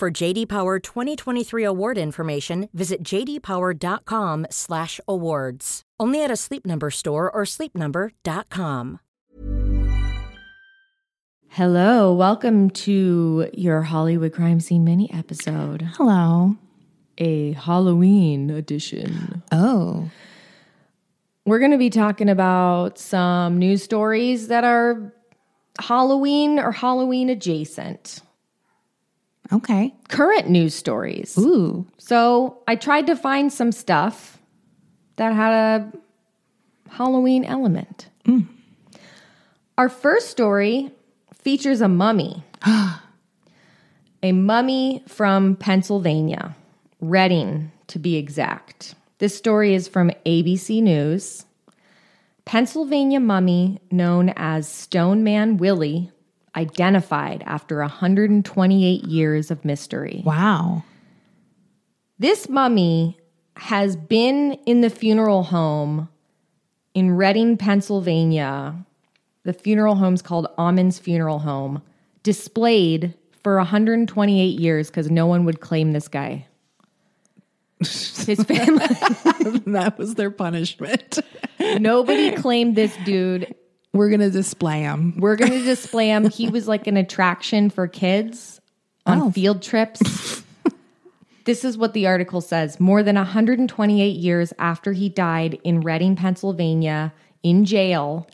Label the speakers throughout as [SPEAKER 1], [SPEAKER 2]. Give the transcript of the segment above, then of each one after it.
[SPEAKER 1] For JD Power 2023 award information, visit jdpower.com/awards. Only at a Sleep Number store or sleepnumber.com.
[SPEAKER 2] Hello, welcome to your Hollywood crime scene mini episode,
[SPEAKER 3] Hello.
[SPEAKER 2] a Halloween edition.
[SPEAKER 3] Oh.
[SPEAKER 2] We're going to be talking about some news stories that are Halloween or Halloween adjacent.
[SPEAKER 3] Okay.
[SPEAKER 2] Current news stories.
[SPEAKER 3] Ooh.
[SPEAKER 2] So, I tried to find some stuff that had a Halloween element. Our first story features a mummy. a mummy from Pennsylvania, Reading to be exact. This story is from ABC News. Pennsylvania mummy known as Stone Man Willie identified after 128 years of mystery.
[SPEAKER 3] Wow.
[SPEAKER 2] This mummy has been in the funeral home in Reading, Pennsylvania. The funeral home's called Amon's Funeral Home, displayed for 128 years because no one would claim this guy. His family,
[SPEAKER 3] that was their punishment.
[SPEAKER 2] nobody claimed this dude.
[SPEAKER 3] We're going to display them.
[SPEAKER 2] We're going to display him. He was like an attraction for kids on field trips. this is what the article says. More than 128 years after he died in Reading, Pennsylvania, in jail,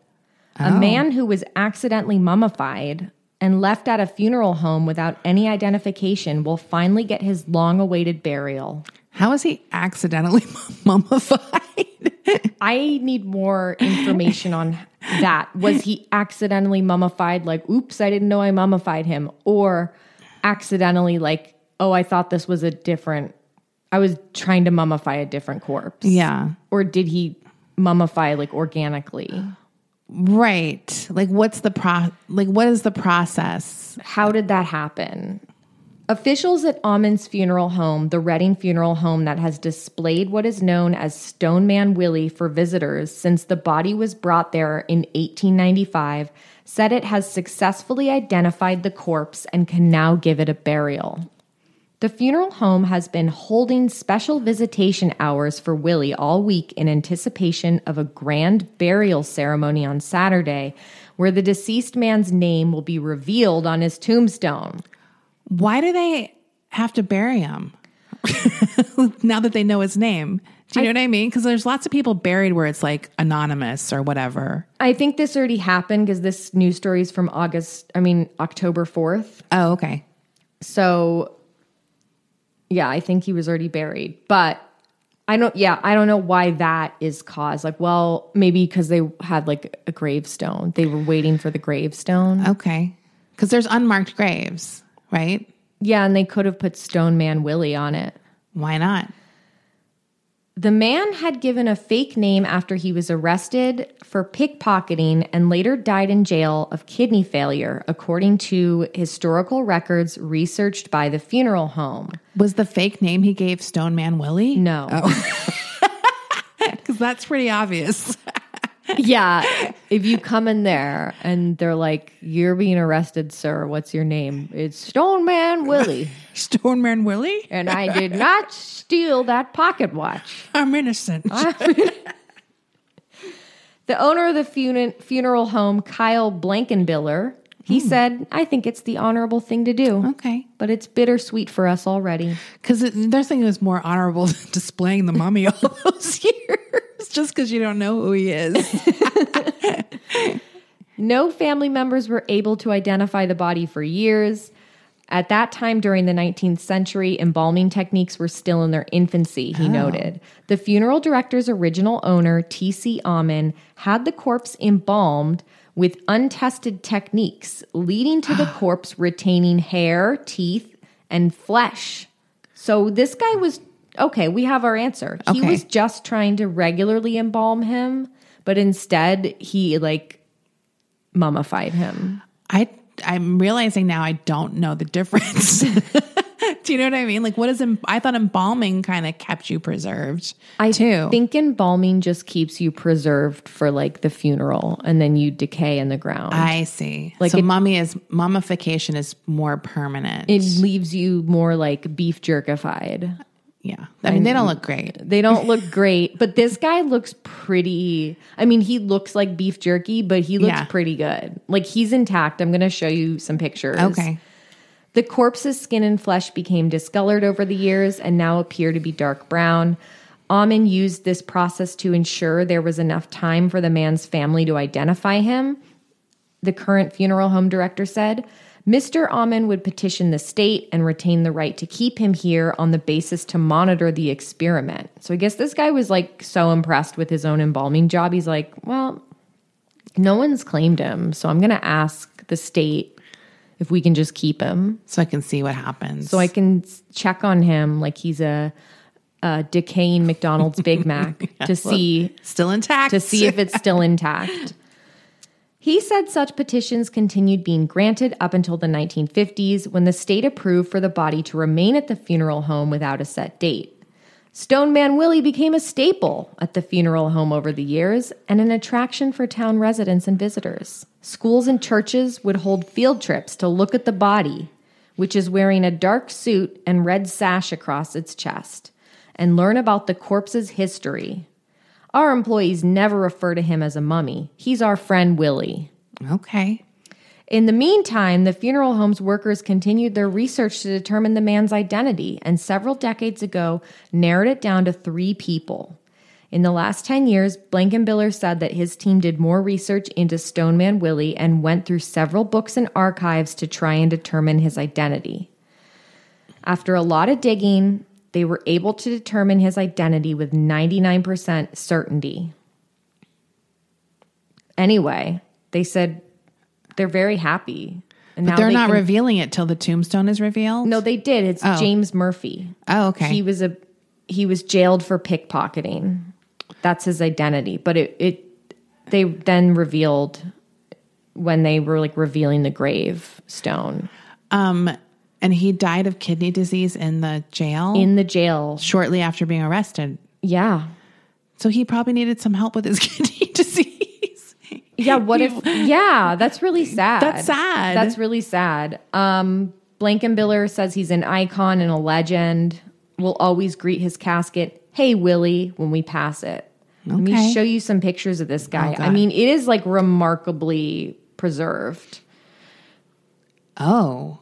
[SPEAKER 2] a man who was accidentally mummified and left at a funeral home without any identification will finally get his long awaited burial.
[SPEAKER 3] How is he accidentally mummified?
[SPEAKER 2] I need more information on that. Was he accidentally mummified? Like, oops, I didn't know I mummified him. Or accidentally, like, oh, I thought this was a different, I was trying to mummify a different corpse.
[SPEAKER 3] yeah.
[SPEAKER 2] Or did he mummify like organically?
[SPEAKER 3] Right. Like what's the pro like what is the process?
[SPEAKER 2] How did that happen? Officials at Amon's funeral home, the Reading funeral home that has displayed what is known as Stone Man Willie for visitors since the body was brought there in 1895, said it has successfully identified the corpse and can now give it a burial. The funeral home has been holding special visitation hours for Willie all week in anticipation of a grand burial ceremony on Saturday, where the deceased man's name will be revealed on his tombstone.
[SPEAKER 3] Why do they have to bury him? now that they know his name. Do you know what I mean? Because there's lots of people buried where it's like anonymous or whatever.
[SPEAKER 2] I think this already happened because this news story is from August, I mean, October 4th.
[SPEAKER 3] Oh, okay.
[SPEAKER 2] So, yeah, I think he was already buried. But I don't, yeah, I don't know why that is caused. Like, well, maybe because they had like a gravestone. They were waiting for the gravestone.
[SPEAKER 3] Okay. Because there's unmarked graves, right?
[SPEAKER 2] Yeah, and they could have put Stone Man Willie on it.
[SPEAKER 3] Why not?
[SPEAKER 2] The man had given a fake name after he was arrested for pickpocketing and later died in jail of kidney failure, according to historical records researched by the funeral home.
[SPEAKER 3] Was the fake name he gave Stone Man Willie?
[SPEAKER 2] No.
[SPEAKER 3] Because that's pretty obvious.
[SPEAKER 2] Yeah. If you come in there and they're like, You're being arrested, sir. What's your name? It's Stone Man Willie.
[SPEAKER 3] Stone Man Willie?
[SPEAKER 2] And I did not steal that pocket watch.
[SPEAKER 3] I'm innocent.
[SPEAKER 2] The owner of the fun- funeral home, Kyle Blankenbiller, he said, I think it's the honorable thing to do,
[SPEAKER 3] okay.
[SPEAKER 2] but it's bittersweet for us already.
[SPEAKER 3] Because their thing was more honorable than displaying the mummy all those years just because you don't know who he is.
[SPEAKER 2] No family members were able to identify the body for years. At that time, during the 19th century, embalming techniques were still in their infancy, he noted. The funeral director's original owner, T.C. Amen, had the corpse embalmed with untested techniques, leading to the corpse retaining hair, teeth, and flesh. So this guy was okay, we have our answer. He
[SPEAKER 3] Okay.
[SPEAKER 2] was just trying to regularly embalm him, but instead he like mummified him.
[SPEAKER 3] I I'm realizing now I don't know the difference. Do you know what I mean? Like, what is em- I thought embalming kind of kept you preserved.
[SPEAKER 2] I
[SPEAKER 3] too.
[SPEAKER 2] think embalming just keeps you preserved for like the funeral and then you decay in the ground.
[SPEAKER 3] I see.
[SPEAKER 2] Like
[SPEAKER 3] Like so,
[SPEAKER 2] it-
[SPEAKER 3] mummy is mummification is more permanent.
[SPEAKER 2] it leaves you more like beef jerkified.
[SPEAKER 3] yeah, I mean they don't look great.
[SPEAKER 2] They don't look great, but this guy looks pretty. I mean, he looks like beef jerky, but he looks
[SPEAKER 3] Yeah.
[SPEAKER 2] pretty good. Like he's intact. I'm going to show you some pictures.
[SPEAKER 3] Okay,
[SPEAKER 2] The corpse's skin and flesh became discolored over the years and now appear to be dark brown. Amin used this process to ensure there was enough time for the man's family to identify him, the current funeral home director said. Mr. Amin would petition the state and retain the right to keep him here on the basis to monitor the experiment. So I guess this guy was like so impressed with his own embalming job. He's like, well, no one's claimed him. So I'm going to ask the state if we can just keep him
[SPEAKER 3] so I can see what happens.
[SPEAKER 2] so I can s- check on him like he's a, a decaying McDonald's Big Mac to see
[SPEAKER 3] still intact
[SPEAKER 2] to see if it's still intact. He said such petitions continued being granted up until the 1950s when the state approved for the body to remain at the funeral home without a set date. Stone Man Willie became a staple at the funeral home over the years and an attraction for town residents and visitors. Schools and churches would hold field trips to look at the body, which is wearing a dark suit and red sash across its chest, and learn about the corpse's history. Our employees never refer to him as a mummy. He's our friend Willie.
[SPEAKER 3] okay.
[SPEAKER 2] In the meantime, the funeral home's workers continued their research to determine the man's identity and several decades ago narrowed it down to three people. In the last 10 years, Blankenbiller said that his team did more research into Stoneman Willie and went through several books and archives to try and determine his identity. After a lot of digging, they were able to determine his identity with 99% certainty. Anyway, they said they're very happy. And now
[SPEAKER 3] They're
[SPEAKER 2] they
[SPEAKER 3] not
[SPEAKER 2] can-
[SPEAKER 3] revealing it till the tombstone is revealed.
[SPEAKER 2] No, they did. It's James Murphy.
[SPEAKER 3] Oh, okay.
[SPEAKER 2] He was a he was jailed for pickpocketing. That's his identity. But it, it they then revealed when they were like revealing the gravestone
[SPEAKER 3] Um, and he died of kidney disease in the jail
[SPEAKER 2] in the jail.
[SPEAKER 3] shortly after being arrested.
[SPEAKER 2] Yeah.
[SPEAKER 3] So he probably needed some help with his kidney disease.
[SPEAKER 2] Yeah, what if Yeah, that's really sad.
[SPEAKER 3] That's sad.
[SPEAKER 2] That's really sad. Um Blankenbiller says he's an icon and a legend. We'll always greet his casket, "Hey Willie," when we pass it. Let me
[SPEAKER 3] Okay. Oh,
[SPEAKER 2] show you some pictures of this guy. I mean, it is like remarkably preserved.
[SPEAKER 3] Oh,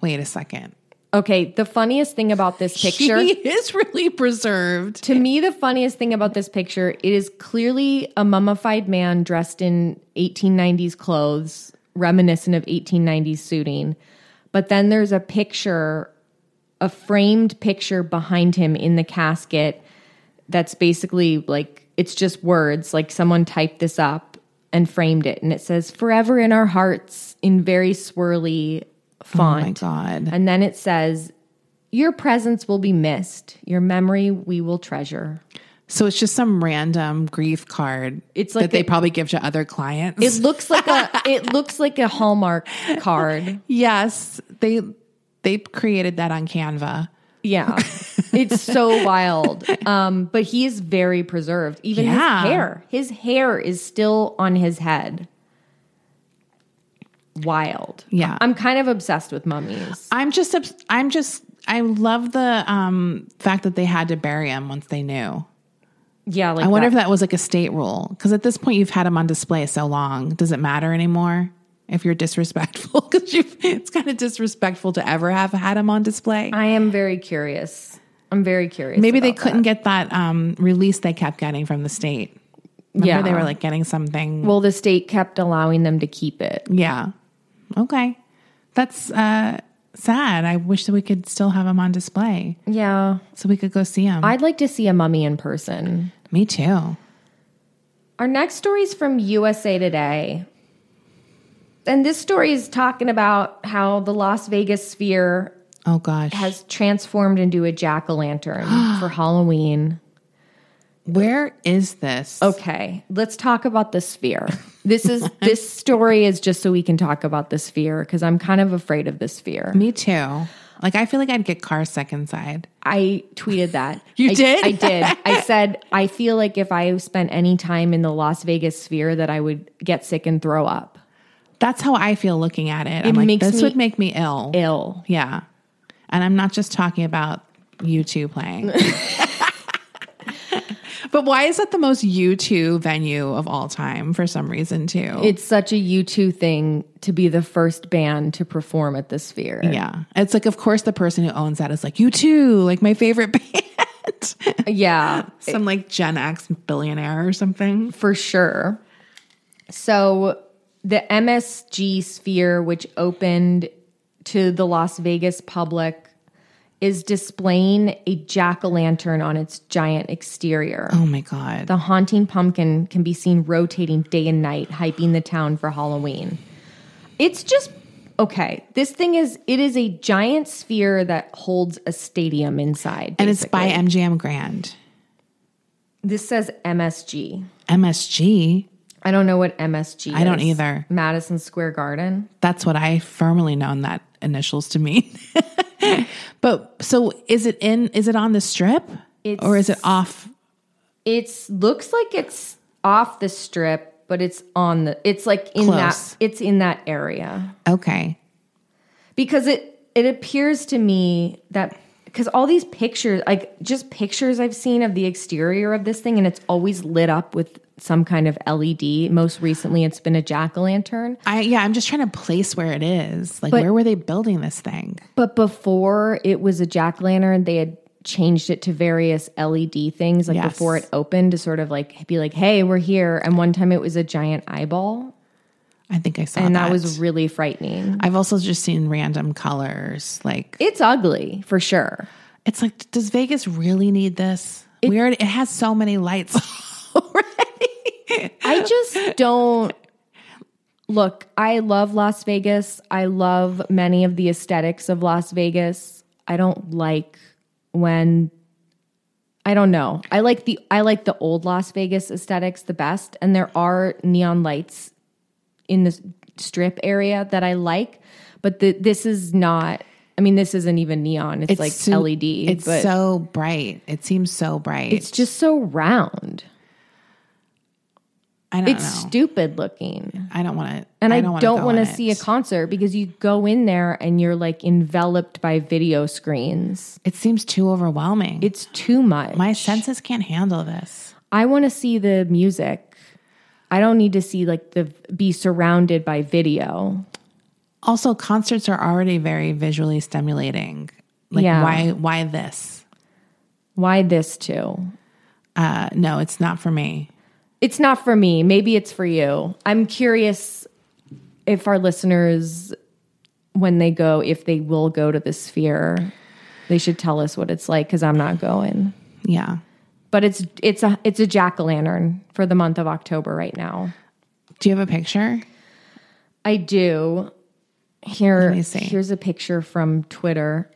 [SPEAKER 3] wait a second.
[SPEAKER 2] Okay, the funniest thing about this picture
[SPEAKER 3] He is really preserved.
[SPEAKER 2] To me, the funniest thing about this picture, it is clearly a mummified man dressed in 1890s clothes, reminiscent of 1890s suiting. But then there's a picture, a framed picture behind him in the casket that's basically like, it's just words, like someone typed this up and framed it. And it says, Forever in our hearts in very swirly
[SPEAKER 3] Oh my
[SPEAKER 2] font.
[SPEAKER 3] God.
[SPEAKER 2] And then it says, Your presence will be missed. Your memory we will treasure.
[SPEAKER 3] So it's just some random grief card.
[SPEAKER 2] It's like
[SPEAKER 3] that they
[SPEAKER 2] a-
[SPEAKER 3] probably give to other clients.
[SPEAKER 2] It looks like a it looks like a Hallmark card.
[SPEAKER 3] yes, they they created that on Canva.
[SPEAKER 2] Yeah. It's so wild. Um, but he is very preserved. Even
[SPEAKER 3] Yeah.
[SPEAKER 2] his hair. His hair is still on his head. Wild.
[SPEAKER 3] Yeah.
[SPEAKER 2] I'm kind of obsessed with mummies.
[SPEAKER 3] I'm just obs- I'm just I love the um, fact that they had to bury him once they knew.
[SPEAKER 2] Yeah, like
[SPEAKER 3] I wonder
[SPEAKER 2] that.
[SPEAKER 3] if that was like a state rule because at this point you've had him on display so long. Does it matter anymore if you're disrespectful? Because it's kind of disrespectful to ever have had him on display.
[SPEAKER 2] I am very curious. I'm very curious.
[SPEAKER 3] Maybe they
[SPEAKER 2] about
[SPEAKER 3] couldn't get that um, release they kept getting from the state. Remember
[SPEAKER 2] Yeah.
[SPEAKER 3] they were like getting something.
[SPEAKER 2] that. well, the state kept allowing them to keep it.
[SPEAKER 3] yeah. Okay. That's uh, sad. I wish that we could still have him on display
[SPEAKER 2] Yeah.
[SPEAKER 3] so we could go see him.
[SPEAKER 2] I'd like to see a mummy in person.
[SPEAKER 3] Me too.
[SPEAKER 2] Our next story is from USA Today. And this story is talking about how the Las Vegas sphere
[SPEAKER 3] Oh gosh.
[SPEAKER 2] has transformed into a jack o' lantern for Halloween.
[SPEAKER 3] Where is this?
[SPEAKER 2] Oh. Okay, let's talk about the sphere. This is this story is just so we can talk about the sphere because I'm kind of afraid of the sphere.
[SPEAKER 3] Me too. Like I feel like I'd get car second side.
[SPEAKER 2] I tweeted that.
[SPEAKER 3] You
[SPEAKER 2] I-
[SPEAKER 3] did?
[SPEAKER 2] I did. I said I feel like if I spent any time in the Las Vegas sphere that I would get sick and throw up.
[SPEAKER 3] That's how I feel looking at it. I'm like,
[SPEAKER 2] makes
[SPEAKER 3] this
[SPEAKER 2] me
[SPEAKER 3] would make me ill.
[SPEAKER 2] Ill.
[SPEAKER 3] Yeah. And I'm not just talking about you two playing. but why is that the most you two venue of all time for some reason too?
[SPEAKER 2] It's such a U2 thing to be the first band to perform at the sphere.
[SPEAKER 3] yeah. It's like of course the person who owns that is like, you two, like my favorite band.
[SPEAKER 2] Yeah.
[SPEAKER 3] some like Gen X billionaire or something.
[SPEAKER 2] for sure. So the MSG sphere, which opened to the Las Vegas public, is displaying a jack o' lantern on its giant exterior.
[SPEAKER 3] Oh my god.
[SPEAKER 2] The haunting pumpkin can be seen rotating day and night, hyping the town for Halloween. It's just okay. This thing is it is a giant sphere that holds a stadium inside.
[SPEAKER 3] and it's by
[SPEAKER 2] basically.
[SPEAKER 3] MGM Grand.
[SPEAKER 2] this says MSG.
[SPEAKER 3] MSG.
[SPEAKER 2] I don't know what MSG
[SPEAKER 3] I don't
[SPEAKER 2] is.
[SPEAKER 3] either.
[SPEAKER 2] Madison Square Garden.
[SPEAKER 3] That's what I firmly known that initials to mean. but so is it in is it on the strip?
[SPEAKER 2] It's-
[SPEAKER 3] or is it off?
[SPEAKER 2] It's looks like it's off the strip, but it's on the it's like in
[SPEAKER 3] Close.
[SPEAKER 2] that it's in that area.
[SPEAKER 3] Okay.
[SPEAKER 2] Because it it appears to me that because all these pictures, like just pictures I've seen of the exterior of this thing, and it's always lit up with some kind of LED. Most recently, it's been a jack o' lantern.
[SPEAKER 3] I yeah, I'm just trying to place where it is. Like where were they building this thing?
[SPEAKER 2] But before it was a jack lantern, they had changed it to various LED things, like
[SPEAKER 3] Yes.
[SPEAKER 2] before it opened to sort of like be like, hey, we're here. And one time it was a giant eyeball.
[SPEAKER 3] I think I saw
[SPEAKER 2] And
[SPEAKER 3] that.
[SPEAKER 2] that was really frightening.
[SPEAKER 3] I've also just seen random colors. Like
[SPEAKER 2] It's ugly for sure.
[SPEAKER 3] it's like does Vegas really need this? we already it has so many lights already.
[SPEAKER 2] I just don't. Look, I love Las Vegas. I love many of the aesthetics of Las Vegas. I don't like when I don't know. I like the I like the old Las Vegas aesthetics the best and there are neon lights in the strip area that I like, but the, this is not I mean this isn't even neon. It's, like
[SPEAKER 3] so-
[SPEAKER 2] LED.
[SPEAKER 3] It's
[SPEAKER 2] but
[SPEAKER 3] so bright. It seems so bright.
[SPEAKER 2] it's just so round.
[SPEAKER 3] I don't
[SPEAKER 2] It's
[SPEAKER 3] know.
[SPEAKER 2] stupid looking.
[SPEAKER 3] I don't want to.
[SPEAKER 2] And I don't, want to see a
[SPEAKER 3] it.
[SPEAKER 2] concert because you go in there and you're like enveloped by video screens.
[SPEAKER 3] It seems too overwhelming.
[SPEAKER 2] It's too much.
[SPEAKER 3] My senses can't handle this.
[SPEAKER 2] I want to see the music. I don't need to see like the be surrounded by video.
[SPEAKER 3] Also, concerts are already very visually stimulating. Like
[SPEAKER 2] Yeah.
[SPEAKER 3] why why this?
[SPEAKER 2] Why this too?
[SPEAKER 3] Uh no, it's not for me.
[SPEAKER 2] It's not for me. Maybe it's for you. I'm curious if our listeners when they go if they will go to the sphere, they should tell us what it's like cuz I'm not going.
[SPEAKER 3] Yeah.
[SPEAKER 2] but it's it's a it's a jack o' lantern for the month of October right now.
[SPEAKER 3] Do you have a picture?
[SPEAKER 2] I do. Here,
[SPEAKER 3] me see.
[SPEAKER 2] here's a picture from Twitter.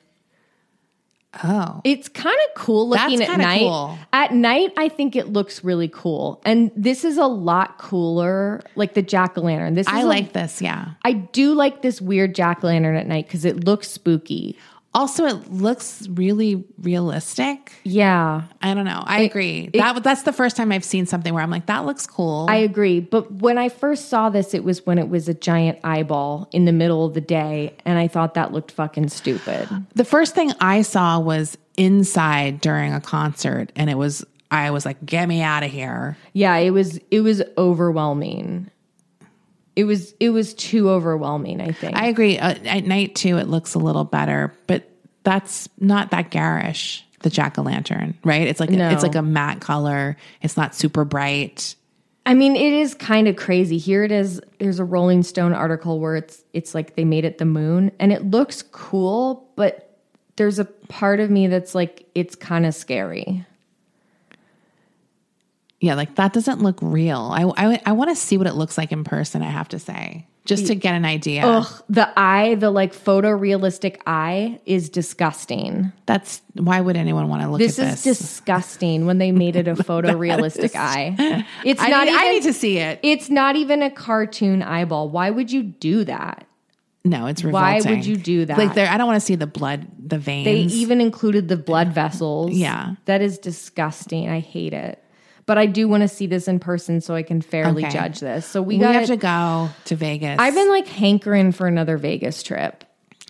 [SPEAKER 3] Oh.
[SPEAKER 2] It's kind of cool looking
[SPEAKER 3] That's
[SPEAKER 2] at
[SPEAKER 3] kinda
[SPEAKER 2] night.
[SPEAKER 3] cool.
[SPEAKER 2] At night, I think it looks really cool, and this is a lot cooler. Like the jack o' lantern. This is
[SPEAKER 3] I
[SPEAKER 2] a-
[SPEAKER 3] like this, yeah.
[SPEAKER 2] I do like this weird jack o' lantern at night because it looks spooky.
[SPEAKER 3] Also, it looks really realistic.
[SPEAKER 2] Yeah,
[SPEAKER 3] I don't know. I agree. that that's the first time I've seen something where I'm like, that looks cool.
[SPEAKER 2] I agree. But when I first saw this, it was when it was a giant eyeball in the middle of the day, and I thought that looked fucking stupid.
[SPEAKER 3] The first thing I saw was inside during a concert, and it was I was like, "Get me out of here!"
[SPEAKER 2] Yeah, it was it was overwhelming. It was it was too overwhelming, I think.
[SPEAKER 3] I agree. Uh, at night too, it looks a little better, but that's not that garish. The jack o' lantern, right? It's like
[SPEAKER 2] No.
[SPEAKER 3] it's like a matte color. It's not super bright.
[SPEAKER 2] I mean, it is kind of crazy. Here it is. There's a Rolling Stone article where it's it's like they made it the moon and it looks cool, but there's a part of me that's like it's kind of scary.
[SPEAKER 3] Yeah, like that doesn't look real. I I, I want to see what it looks like in person. I have to say, just to get an idea.
[SPEAKER 2] Ugh, the eye, the like photorealistic eye is disgusting.
[SPEAKER 3] That's why would anyone want to look
[SPEAKER 2] This
[SPEAKER 3] at
[SPEAKER 2] is
[SPEAKER 3] this?
[SPEAKER 2] disgusting when they made it a photorealistic eye. It's
[SPEAKER 3] I,
[SPEAKER 2] not
[SPEAKER 3] need,
[SPEAKER 2] even
[SPEAKER 3] I need to see it.
[SPEAKER 2] it's not even a cartoon eyeball. Why would you do that?
[SPEAKER 3] No, it's
[SPEAKER 2] Why
[SPEAKER 3] revolting.
[SPEAKER 2] would you do that?
[SPEAKER 3] Like, there, I don't want to see the blood, the
[SPEAKER 2] They
[SPEAKER 3] veins.
[SPEAKER 2] even included the blood vessels.
[SPEAKER 3] Yeah.
[SPEAKER 2] That is disgusting. I hate it. But I do want to see this in person so I can fairly
[SPEAKER 3] Okay.
[SPEAKER 2] judge this. So we,
[SPEAKER 3] we
[SPEAKER 2] got
[SPEAKER 3] have to go to Vegas.
[SPEAKER 2] I've been like hankering for another Vegas trip.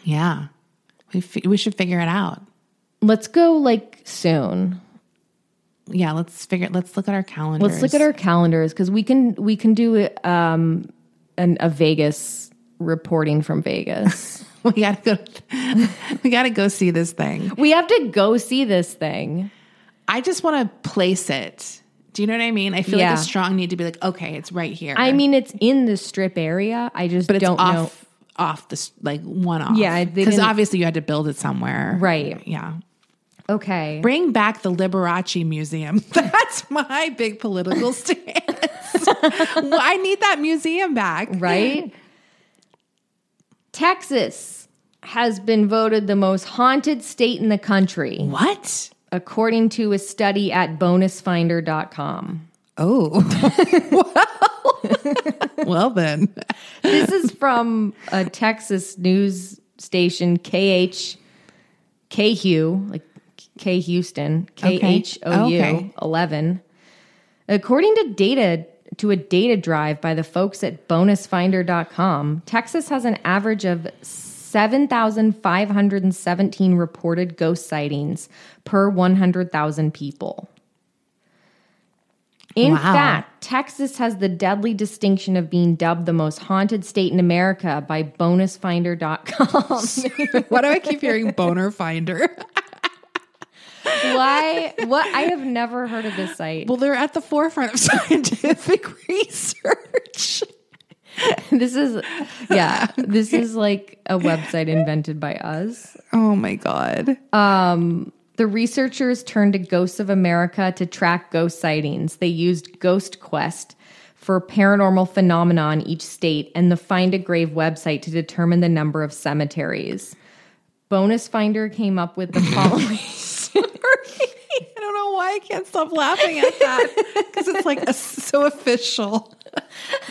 [SPEAKER 3] yeah. We fi- we should figure it out.
[SPEAKER 2] Let's go like soon.
[SPEAKER 3] Yeah, let's figure. Let's look at our calendars.
[SPEAKER 2] Let's look at our calendars cuz we can we can do um an a Vegas reporting from Vegas.
[SPEAKER 3] We gotta go. we gotta go see this thing.
[SPEAKER 2] we have to go see this thing.
[SPEAKER 3] I just want to place it. Do you know what I mean? I feel
[SPEAKER 2] Yeah.
[SPEAKER 3] like a strong need to be like, okay, it's right here.
[SPEAKER 2] I mean it's in the strip area. I just
[SPEAKER 3] but it's
[SPEAKER 2] don't
[SPEAKER 3] off,
[SPEAKER 2] know.
[SPEAKER 3] off the s- like one off.
[SPEAKER 2] Yeah, they
[SPEAKER 3] because
[SPEAKER 2] didn't-
[SPEAKER 3] obviously you had to build it somewhere,
[SPEAKER 2] Right.
[SPEAKER 3] Yeah.
[SPEAKER 2] Okay.
[SPEAKER 3] Bring back the Liberace Museum. That's my big political stance. Well, I need that museum back.
[SPEAKER 2] right? Texas has been voted the most haunted state in the country,
[SPEAKER 3] What?
[SPEAKER 2] according to a study at bonusfinder.com.
[SPEAKER 3] Oh. well, well then.
[SPEAKER 2] This is from a Texas news station, KH, KHU, like K Houston, K H O U
[SPEAKER 3] Okay.
[SPEAKER 2] 11. According to data to a data drive by the folks at bonusfinder.com, Texas has an average of 7,517 reported ghost sightings per 100,000 people. In
[SPEAKER 3] Wow.
[SPEAKER 2] fact, Texas has the deadly distinction of being dubbed the most haunted state in America by bonusfinder.com.
[SPEAKER 3] Why do I keep hearing boner finder?
[SPEAKER 2] Why? What? I have never heard of this site.
[SPEAKER 3] Well, they're at the forefront of scientific research.
[SPEAKER 2] this is yeah this is like a website invented by us
[SPEAKER 3] Oh my God.
[SPEAKER 2] the researchers turned to ghosts of america to track ghost sightings they used ghost quest for paranormal phenomena in each state and the find a grave website to determine the number of cemeteries bonus finder came up with the following
[SPEAKER 3] I don't know why I can't stop laughing at that because it's like a, so official.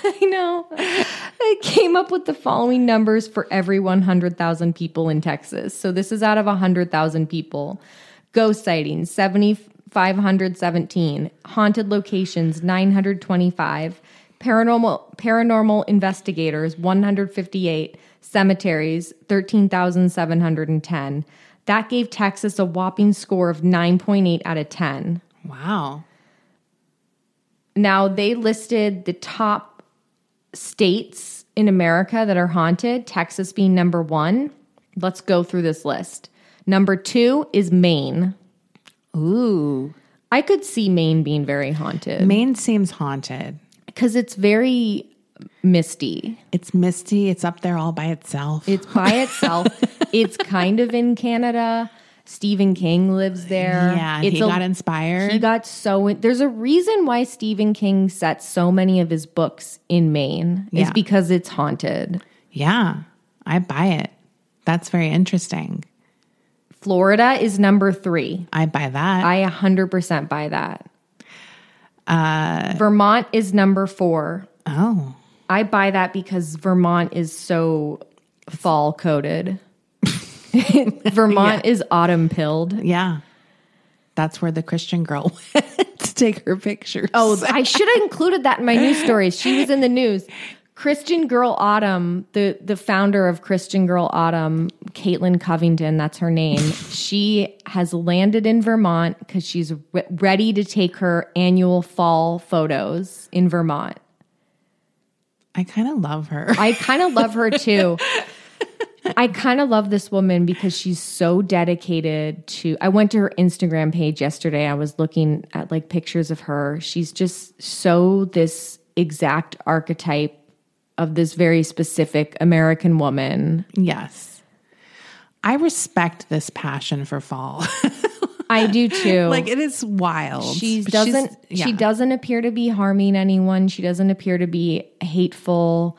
[SPEAKER 2] I know. I came up with the following numbers for every 100,000 people in Texas. So this is out of 100,000 people. Ghost sightings, 7,517. Haunted locations, 925. Paranormal, paranormal investigators, 158. Cemeteries, 13,710. That gave Texas a whopping score of 9.8 out of 10.
[SPEAKER 3] Wow.
[SPEAKER 2] Now they listed the top states in America that are haunted, Texas being number one. Let's go through this list. Number two is Maine.
[SPEAKER 3] Ooh.
[SPEAKER 2] I could see Maine being very haunted
[SPEAKER 3] Maine seems haunted.
[SPEAKER 2] because it's very misty.
[SPEAKER 3] It's misty. It's up there all by itself.
[SPEAKER 2] It's by itself. it's kind of in Canada. Stephen King lives there.
[SPEAKER 3] yeah. and
[SPEAKER 2] it's
[SPEAKER 3] he
[SPEAKER 2] a-
[SPEAKER 3] got inspired.
[SPEAKER 2] He got so. In, there's a reason why Stephen King sets so many of his books in Maine. Is
[SPEAKER 3] Yeah.
[SPEAKER 2] because it's haunted.
[SPEAKER 3] yeah. I buy it. That's very interesting.
[SPEAKER 2] Florida is number three.
[SPEAKER 3] I buy that.
[SPEAKER 2] I 100% buy that.
[SPEAKER 3] Uh,
[SPEAKER 2] Vermont is number four.
[SPEAKER 3] oh.
[SPEAKER 2] I buy that because Vermont is so fall coded. Vermont is autumn pilled.
[SPEAKER 3] Yeah. That's where the Christian girl went to take her pictures.
[SPEAKER 2] Oh, I should have included that in my news stories. She was in the news. Christian Girl Autumn, the the founder of Christian Girl Autumn, Caitlin Covington, that's her name. she has landed in Vermont because she's re- ready to take her annual fall photos in Vermont.
[SPEAKER 3] I kind of love her.
[SPEAKER 2] I kind of love her too. I kind of love this woman because she's so dedicated to. I went to her Instagram page yesterday. I was looking at like pictures of her. She's just so this exact archetype of this very specific American woman.
[SPEAKER 3] yes. I respect this passion for fall.
[SPEAKER 2] I do too.
[SPEAKER 3] like it is wild.
[SPEAKER 2] she
[SPEAKER 3] But she's-
[SPEAKER 2] doesn't
[SPEAKER 3] yeah.
[SPEAKER 2] she doesn't appear to be harming anyone she doesn't appear to be hateful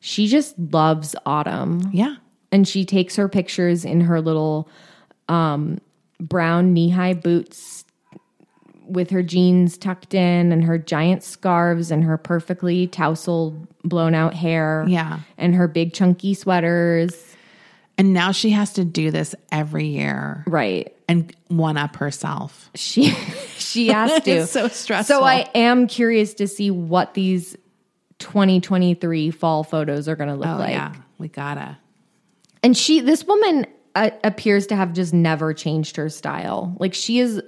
[SPEAKER 2] She just loves autumn
[SPEAKER 3] Yeah.
[SPEAKER 2] and she takes her pictures in her little um, brown knee-high boots with her jeans tucked in and her giant scarves and her perfectly tousled blown out hair
[SPEAKER 3] Yeah.
[SPEAKER 2] and her big chunky sweaters
[SPEAKER 3] And now she has to do this every year
[SPEAKER 2] right
[SPEAKER 3] and one up herself.
[SPEAKER 2] she she has to
[SPEAKER 3] It's so stressful.
[SPEAKER 2] so i am curious to see what these 2023 fall photos are going to look
[SPEAKER 3] Oh,
[SPEAKER 2] like
[SPEAKER 3] yeah. We gotta.
[SPEAKER 2] And she, this woman uh, appears to have just never changed her style. Like she is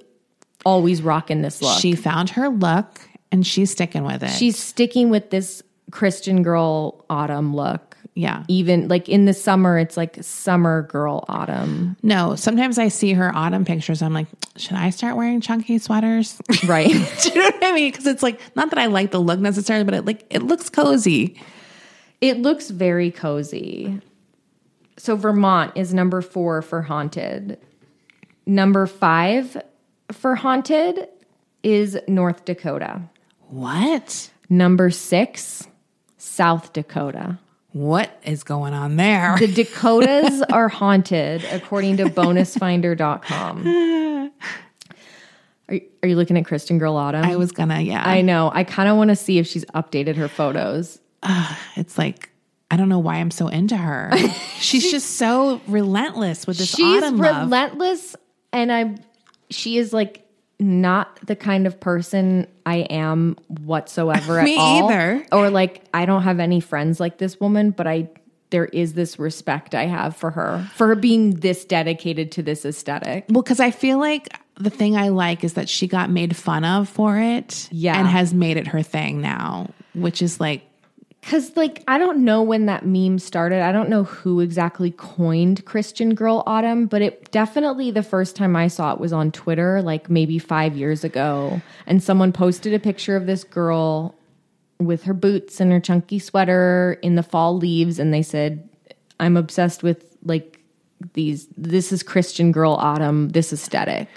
[SPEAKER 2] always rocking this look.
[SPEAKER 3] She found her look and she's sticking with it.
[SPEAKER 2] She's sticking with this Christian girl autumn look.
[SPEAKER 3] yeah.
[SPEAKER 2] Even like in the summer, it's like summer girl autumn,
[SPEAKER 3] No, sometimes I see her autumn pictures. I'm like, should I start wearing chunky sweaters?
[SPEAKER 2] right?
[SPEAKER 3] Do you know what I mean? Because it's like not that I like the look necessarily, but it like it looks cozy.
[SPEAKER 2] it looks very cozy. So Vermont is number four for haunted. Number five for haunted is North Dakota.
[SPEAKER 3] What?
[SPEAKER 2] Number six, South Dakota.
[SPEAKER 3] What is going on there?
[SPEAKER 2] The Dakotas are haunted, according to bonusfinder.com. Are, are you looking at Kristen Girl Autumn?
[SPEAKER 3] I was gonna, yeah.
[SPEAKER 2] Mm-hmm. I know. I kind of want to see if she's updated her photos.
[SPEAKER 3] it's like I don't know why I'm so into her. She's just so relentless with this
[SPEAKER 2] She's
[SPEAKER 3] autumn love.
[SPEAKER 2] relentless, and I. She is like not the kind of person I am whatsoever.
[SPEAKER 3] Me
[SPEAKER 2] at all.
[SPEAKER 3] either.
[SPEAKER 2] Or like I don't have any friends like this woman, but I. There is this respect I have for her, for her being this dedicated to this aesthetic.
[SPEAKER 3] Well, because I feel like the thing I like is that she got made fun of for it,
[SPEAKER 2] Yeah.
[SPEAKER 3] and has made it her thing now, which is like
[SPEAKER 2] Cause like I don't know when that meme started. I don't know who exactly coined Christian Girl Autumn, but it definitely the first time I saw it was on Twitter, like maybe five years ago. And someone posted a picture of this girl with her boots and her chunky sweater in the fall leaves, and they said, I'm obsessed with like these this is Christian Girl Autumn, this aesthetic.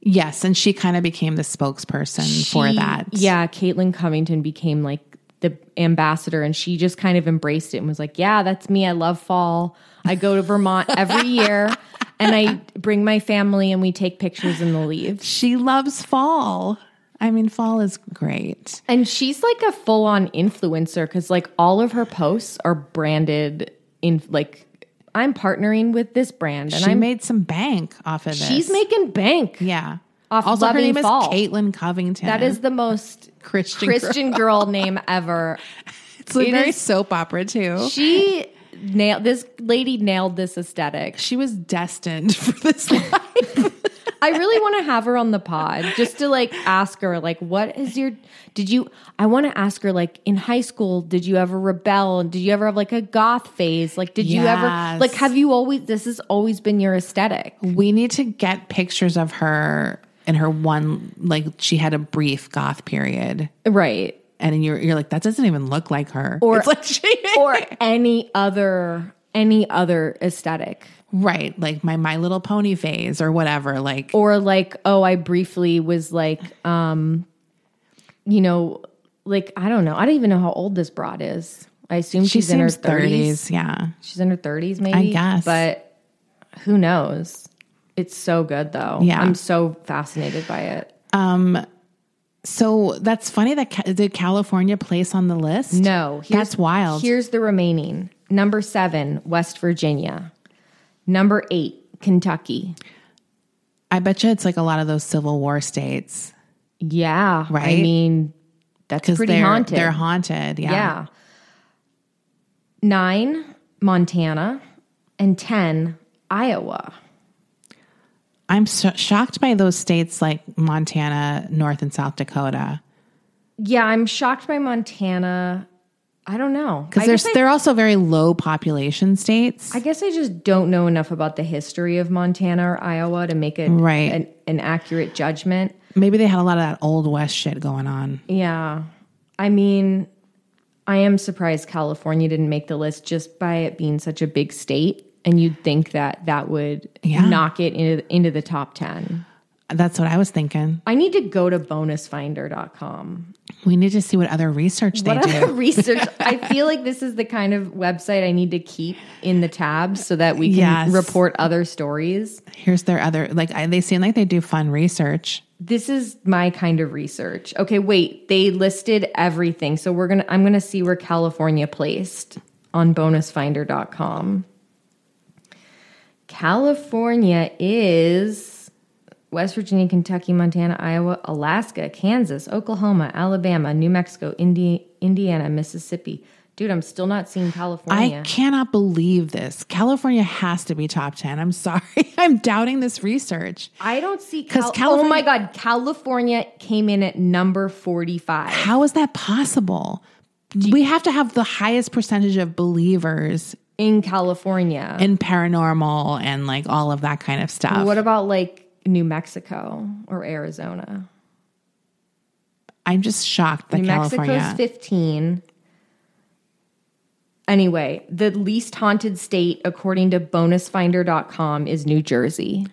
[SPEAKER 3] yes, and she kind of became the spokesperson for
[SPEAKER 2] She-
[SPEAKER 3] that.
[SPEAKER 2] Yeah, Caitlin Covington became like the ambassador, and she just kind of embraced it and was like, "Yeah, that's me. I love fall. I go to Vermont every year, and I bring my family, and we take pictures in the leaves."
[SPEAKER 3] she loves fall. I mean, fall is great.
[SPEAKER 2] And she's like a full-on influencer because like all of her posts are branded in like. I'm partnering with this brand, and
[SPEAKER 3] She
[SPEAKER 2] I'm
[SPEAKER 3] made some bank off of this.
[SPEAKER 2] she's making bank.
[SPEAKER 3] yeah.
[SPEAKER 2] off
[SPEAKER 3] also, her
[SPEAKER 2] loving
[SPEAKER 3] name
[SPEAKER 2] fall.
[SPEAKER 3] is Caitlin Covington.
[SPEAKER 2] That is the most
[SPEAKER 3] Christian.
[SPEAKER 2] Christian girl name ever.
[SPEAKER 3] It's a
[SPEAKER 2] it
[SPEAKER 3] very
[SPEAKER 2] is-
[SPEAKER 3] soap opera too.
[SPEAKER 2] She nailed this lady nailed this aesthetic.
[SPEAKER 3] She was destined for this life.
[SPEAKER 2] I really want to have her on the pod just to like ask her like what is your did you I want to ask her like in high school did you ever rebel did you ever have like a goth phase like did you ever
[SPEAKER 3] Yes.
[SPEAKER 2] like have you always this has always been your aesthetic
[SPEAKER 3] we need to get pictures of her in her one like she had a brief goth period.
[SPEAKER 2] right
[SPEAKER 3] And you're you're like, that doesn't even look like her.
[SPEAKER 2] Or-
[SPEAKER 3] it's like she
[SPEAKER 2] or any other any other aesthetic
[SPEAKER 3] Right. Like my My Little Pony phase or whatever. Like
[SPEAKER 2] or like oh i briefly was like um you know like i don't know i don't even know how old this broad is i assume she's in her 30s.
[SPEAKER 3] Yeah.
[SPEAKER 2] she's in her 30s maybe
[SPEAKER 3] guess.
[SPEAKER 2] but who knows it's so good though
[SPEAKER 3] Yeah.
[SPEAKER 2] i'm so fascinated by it
[SPEAKER 3] So that's funny that Ca- did California place on the list?
[SPEAKER 2] no here's-
[SPEAKER 3] That's wild.
[SPEAKER 2] here's the remaining number seven west virginia number eight kentucky
[SPEAKER 3] I bet you it's like a lot of those Civil War states
[SPEAKER 2] yeah i
[SPEAKER 3] Right?
[SPEAKER 2] mean that's
[SPEAKER 3] because
[SPEAKER 2] pretty
[SPEAKER 3] they're
[SPEAKER 2] haunted
[SPEAKER 3] they're haunted. Yeah.
[SPEAKER 2] Yeah. Nine, Montana, and 10, Iowa.
[SPEAKER 3] I'm so- shocked by those states like Montana, North and South Dakota
[SPEAKER 2] Yeah, I'm shocked by Montana. I don't know. I
[SPEAKER 3] because
[SPEAKER 2] guess
[SPEAKER 3] there's
[SPEAKER 2] I,
[SPEAKER 3] they're also very low population states.
[SPEAKER 2] I guess I just don't know enough about the history of Montana or Iowa to make a,
[SPEAKER 3] Right.
[SPEAKER 2] an, an accurate judgment.
[SPEAKER 3] Maybe they had a lot of that old west shit going on.
[SPEAKER 2] Yeah. I mean, I am surprised California didn't make the list just by it being such a big state. And you'd think that that would
[SPEAKER 3] Yeah.
[SPEAKER 2] knock it into, into the top 10.
[SPEAKER 3] That's what I was thinking.
[SPEAKER 2] I need to go to bonusfinder.com.
[SPEAKER 3] We need to see what other research they
[SPEAKER 2] What
[SPEAKER 3] do.
[SPEAKER 2] other research? I feel like this is the kind of website I need to keep in the tabs so that we can
[SPEAKER 3] Yes.
[SPEAKER 2] report other stories.
[SPEAKER 3] Here's their other like I, they seem like they do fun research.
[SPEAKER 2] This is my kind of research. Okay, wait. They listed everything. So we're going to I'm going to see where California placed on bonusfinder.com. California is West Virginia, Kentucky, Montana, Iowa, Alaska, Kansas, Oklahoma, Alabama, New Mexico, Indi- Indiana, Mississippi. Dude, I'm still not seeing California.
[SPEAKER 3] I cannot believe this. California has to be top 10. I'm sorry. I'm doubting this research.
[SPEAKER 2] I, don't see
[SPEAKER 3] 'Cause
[SPEAKER 2] Cal-
[SPEAKER 3] California-
[SPEAKER 2] Oh my god, California came in at number 45.
[SPEAKER 3] How is that possible? We have to have the highest percentage of believers
[SPEAKER 2] in California.
[SPEAKER 3] in paranormal and like all of that kind of stuff.
[SPEAKER 2] what about like New Mexico or Arizona?
[SPEAKER 3] I'm just shocked that
[SPEAKER 2] New
[SPEAKER 3] California.
[SPEAKER 2] Mexico's 15. Anyway, the least haunted state according to bonusfinder.com is New Jersey.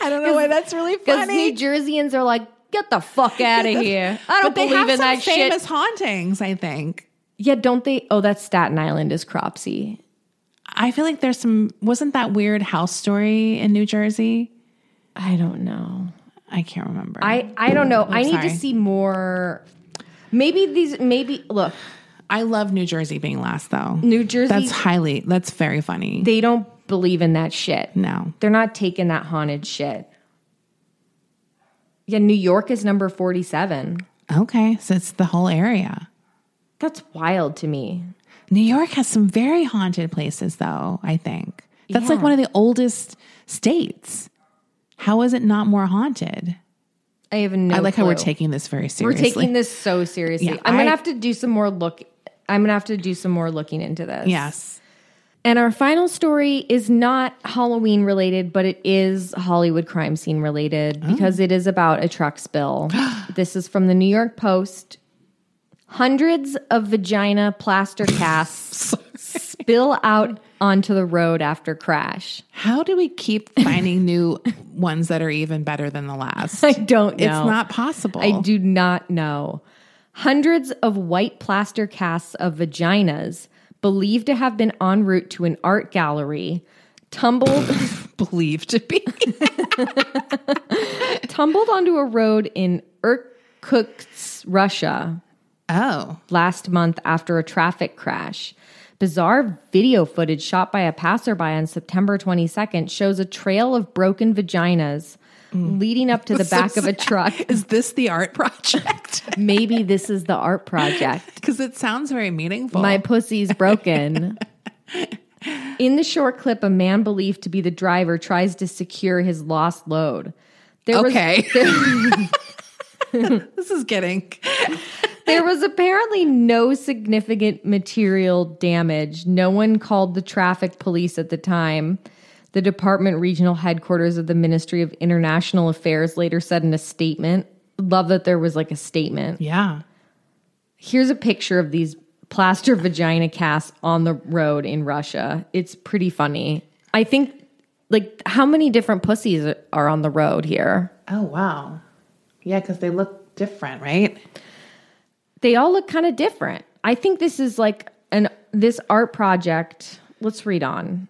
[SPEAKER 3] I don't know why that's really
[SPEAKER 2] Because New Jerseyans are like, get the fuck out of here. I don't
[SPEAKER 3] But they
[SPEAKER 2] believe
[SPEAKER 3] have
[SPEAKER 2] in
[SPEAKER 3] some
[SPEAKER 2] that
[SPEAKER 3] famous
[SPEAKER 2] shit.
[SPEAKER 3] hauntings, I think.
[SPEAKER 2] Yeah, don't they? Oh, that's Staten Island is Cropsey.
[SPEAKER 3] I feel like there's some wasn't that weird house story in New Jersey?
[SPEAKER 2] I don't know.
[SPEAKER 3] I can't remember.
[SPEAKER 2] I, I don't know. i need
[SPEAKER 3] sorry.
[SPEAKER 2] to see more. Maybe these, maybe, look,
[SPEAKER 3] I love New Jersey being last though.
[SPEAKER 2] New Jersey,
[SPEAKER 3] That's highly that's very funny.
[SPEAKER 2] they don't believe in that shit.
[SPEAKER 3] no.
[SPEAKER 2] They're not taking that haunted shit. Yeah, New York is number 47.
[SPEAKER 3] Okay. So it's the whole area.
[SPEAKER 2] That's wild to me.
[SPEAKER 3] New York has some very haunted places though, I think. That's like
[SPEAKER 2] Yeah.
[SPEAKER 3] one of the oldest states. How is it not more haunted?
[SPEAKER 2] I have no
[SPEAKER 3] I like how we're
[SPEAKER 2] clue.
[SPEAKER 3] taking this very
[SPEAKER 2] We're
[SPEAKER 3] seriously.
[SPEAKER 2] taking this so seriously.
[SPEAKER 3] Yeah,
[SPEAKER 2] I'm going
[SPEAKER 3] I-
[SPEAKER 2] to have to do some more look I'm going to have to do some more looking into this.
[SPEAKER 3] Yes.
[SPEAKER 2] And our final story is not Halloween related, but it is Hollywood crime scene related because it is about a truck spill. this is from the New York Post. Hundreds of vagina plaster casts spill out onto the road after crash.
[SPEAKER 3] How do we keep finding new ones that are even better than the last?
[SPEAKER 2] I don't know.
[SPEAKER 3] It's not possible.
[SPEAKER 2] I do not know. Hundreds of white plaster casts of vaginas believed to have been en route to an art gallery tumbled
[SPEAKER 3] believe to be.
[SPEAKER 2] tumbled onto a road in Irkutsk, Russia,
[SPEAKER 3] Oh.
[SPEAKER 2] last month after a traffic crash. Bizarre video footage shot by a passerby on September 22nd shows a trail of broken vaginas leading up to the back of a truck.
[SPEAKER 3] Is this the art project?
[SPEAKER 2] Maybe this is the art project.
[SPEAKER 3] Because it sounds very meaningful.
[SPEAKER 2] My pussy's broken. In the short clip, a man believed to be the driver tries to secure his lost load. There was-
[SPEAKER 3] okay.
[SPEAKER 2] there,
[SPEAKER 3] this is getting.
[SPEAKER 2] there was apparently no significant material damage. No one called the traffic police at the time. The department regional headquarters of the Ministry of International Affairs later said in a statement. Love that there was like a statement.
[SPEAKER 3] Yeah.
[SPEAKER 2] Here's a picture of these plaster vagina casts on the road in Russia. It's pretty funny. I think, like, how many different pussies are on the road here?
[SPEAKER 3] Oh, wow. Yeah, because they look different, right?
[SPEAKER 2] They all look kind of different. I think this is like an this art project. Let's read on.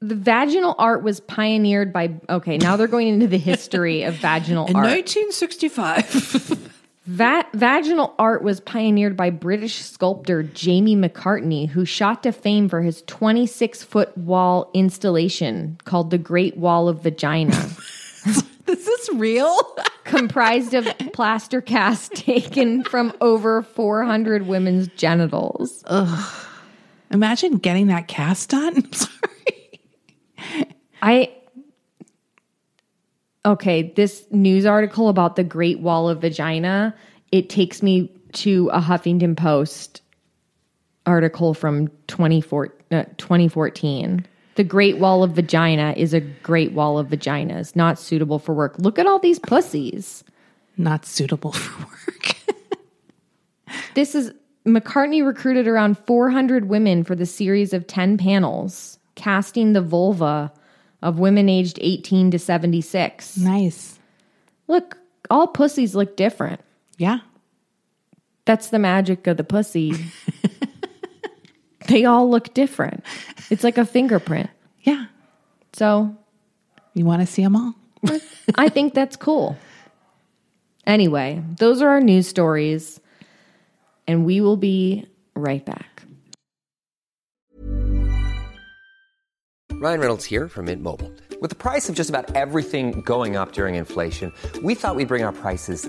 [SPEAKER 2] The vaginal art was pioneered by okay, now they're going into the history of vaginal art.
[SPEAKER 3] 1965.
[SPEAKER 2] Va- vaginal art was pioneered by British sculptor Jamie McCartney, who shot to fame for his 26 foot wall installation called the Great Wall of Vagina,
[SPEAKER 3] Is this real?
[SPEAKER 2] comprised of plaster casts taken from over 400 women's genitals.
[SPEAKER 3] Imagine getting that cast on. I'm sorry.
[SPEAKER 2] I. Okay, this news article about the Great Wall of Vagina, it takes me to a Huffington Post article from 24 uh, 2014. The Great Wall of Vagina is a great wall of vaginas, not suitable for work. Look at all these pussies.
[SPEAKER 3] Not suitable for work.
[SPEAKER 2] This is McCartney recruited around 400 women for the series of 10 panels. casting the vulva of women aged 18 to 76.
[SPEAKER 3] Nice.
[SPEAKER 2] Look, all pussies look different.
[SPEAKER 3] Yeah.
[SPEAKER 2] That's the magic of the pussy. they all look different. It's like a fingerprint.
[SPEAKER 3] Yeah.
[SPEAKER 2] So
[SPEAKER 3] You want to see them all?
[SPEAKER 2] I think that's cool. Anyway, those are our news stories, and we will be right back.
[SPEAKER 4] Ryan Reynolds here from Mint Mobile. With the price of just about everything going up during inflation, we thought we'd bring our prices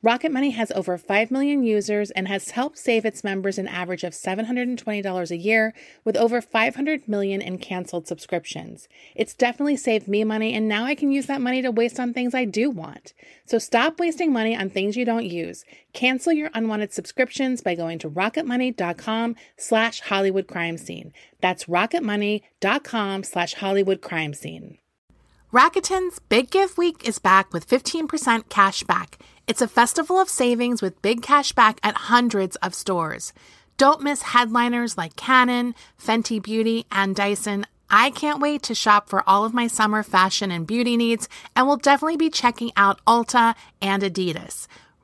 [SPEAKER 5] Rocket Money has over 5 million users and has helped save its members an average of $720 a year with over 500 million in canceled subscriptions. It's definitely saved me money and now I can use that money to waste on things I do want. So stop wasting money on things you don't use. Cancel your unwanted subscriptions by going to rocketmoney.com slash Hollywood crime scene. That's rocketmoney.com slash Hollywood crime scene. Rakuten's Big Give Week is back with 15% cash back. It's a festival of savings with big cash back at hundreds of stores. Don't miss headliners like Canon, Fenty Beauty, and Dyson. I can't wait to shop for all of my summer fashion and beauty needs, and will definitely be checking out Ulta and Adidas.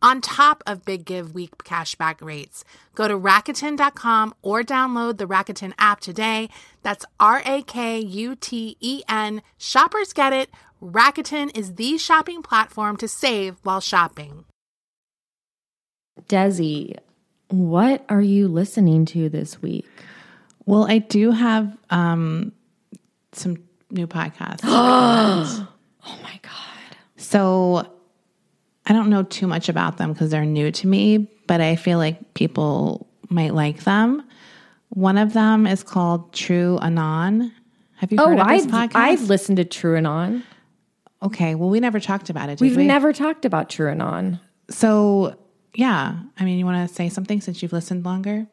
[SPEAKER 5] on top of Big Give Week cashback rates. Go to Rakuten.com or download the Rakuten app today. That's R A K U T E N. Shoppers get it. Rakuten is the shopping platform to save while shopping.
[SPEAKER 2] Desi, what are you listening to this week?
[SPEAKER 3] Well, I do have um, some new podcasts. oh
[SPEAKER 2] my God.
[SPEAKER 3] So I don't know too much about them because they're new to me, but I feel like people might like them. One of them is called True Anon. Have you
[SPEAKER 2] Oh,
[SPEAKER 3] heard of this
[SPEAKER 2] I've,
[SPEAKER 3] podcast?
[SPEAKER 2] I've listened to True and On.
[SPEAKER 3] okay, well, we never talked about it. Did
[SPEAKER 2] We've
[SPEAKER 3] we?
[SPEAKER 2] never talked about True and On.
[SPEAKER 3] So, yeah. I mean, you want to say something since you've listened longer?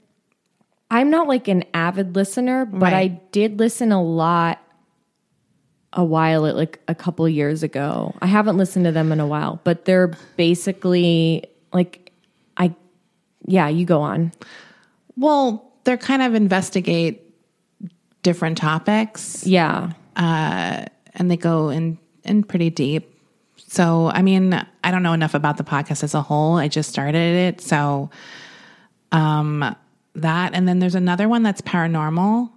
[SPEAKER 2] I'm not like an avid listener, but I
[SPEAKER 3] Right.
[SPEAKER 2] did listen a lot a while like a couple years ago. I haven't listened to them in a while, but they're basically like I yeah, you go on.
[SPEAKER 3] Well, they're kind of investigate different topics
[SPEAKER 2] Yeah.
[SPEAKER 3] and they go in in pretty deep. So, I mean, I don't know enough about the podcast as a whole. I just started it, so um that and then there's another one that's paranormal.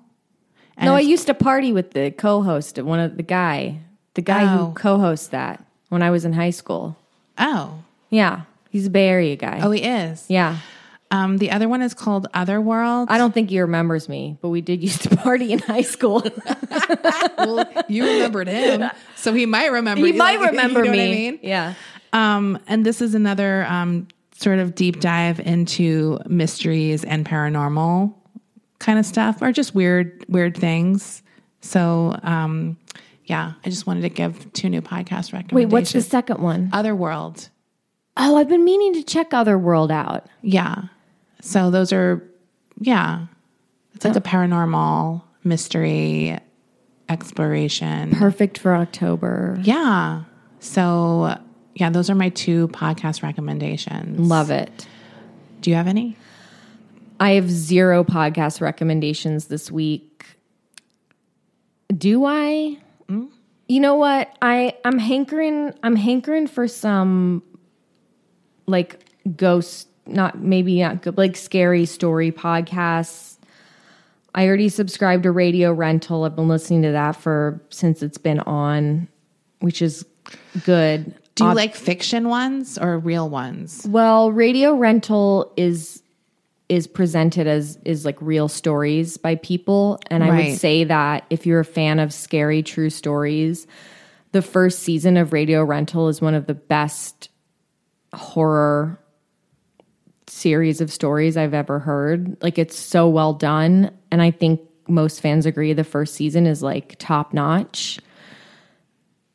[SPEAKER 3] And
[SPEAKER 2] no, I
[SPEAKER 3] it's-
[SPEAKER 2] used to party with the co-host, one of the guy, the guy
[SPEAKER 3] Oh.
[SPEAKER 2] who co-hosts that when I was in high school.
[SPEAKER 3] oh,
[SPEAKER 2] Yeah, he's a Bay Area guy.
[SPEAKER 3] oh, he is.
[SPEAKER 2] yeah.
[SPEAKER 3] Um, the other one is called Otherworld.
[SPEAKER 2] I don't think he remembers me, but we did used to party in high school.
[SPEAKER 3] well, you remembered him, so he might remember.
[SPEAKER 2] he
[SPEAKER 3] you.
[SPEAKER 2] might
[SPEAKER 3] Like, you
[SPEAKER 2] remember
[SPEAKER 3] know
[SPEAKER 2] me.
[SPEAKER 3] what I mean?
[SPEAKER 2] Yeah.
[SPEAKER 3] Um, and this is another um, sort of deep dive into mysteries and paranormal kind of stuff, or just weird, weird things. So, um, yeah, I just wanted to give two new podcast recommendations.
[SPEAKER 2] Wait, what's the second one?
[SPEAKER 3] Otherworld?
[SPEAKER 2] Oh, I've been meaning to check Otherworld out.
[SPEAKER 3] Yeah. So those are, yeah, it's like a paranormal mystery exploration.
[SPEAKER 2] Perfect for October.
[SPEAKER 3] Yeah. So, yeah, those are my two podcast recommendations.
[SPEAKER 2] Love it.
[SPEAKER 3] Do you have any?
[SPEAKER 2] I have zero podcast recommendations this week. Do I? You know what? I I'm hankering I'm hankering for some like ghost not maybe not good like scary story podcasts. I already subscribed to Radio Rental. I've been listening to that for since it's been on, which is good.
[SPEAKER 3] Do you like fiction ones or real ones?
[SPEAKER 2] Well, Radio Rental is is presented as is like real stories by people and I
[SPEAKER 3] Right.
[SPEAKER 2] would say that if you're a fan of scary true stories, the first season of Radio Rental is one of the best horror series of stories I've ever heard. Like it's so well done and I think most fans agree the first season is like top notch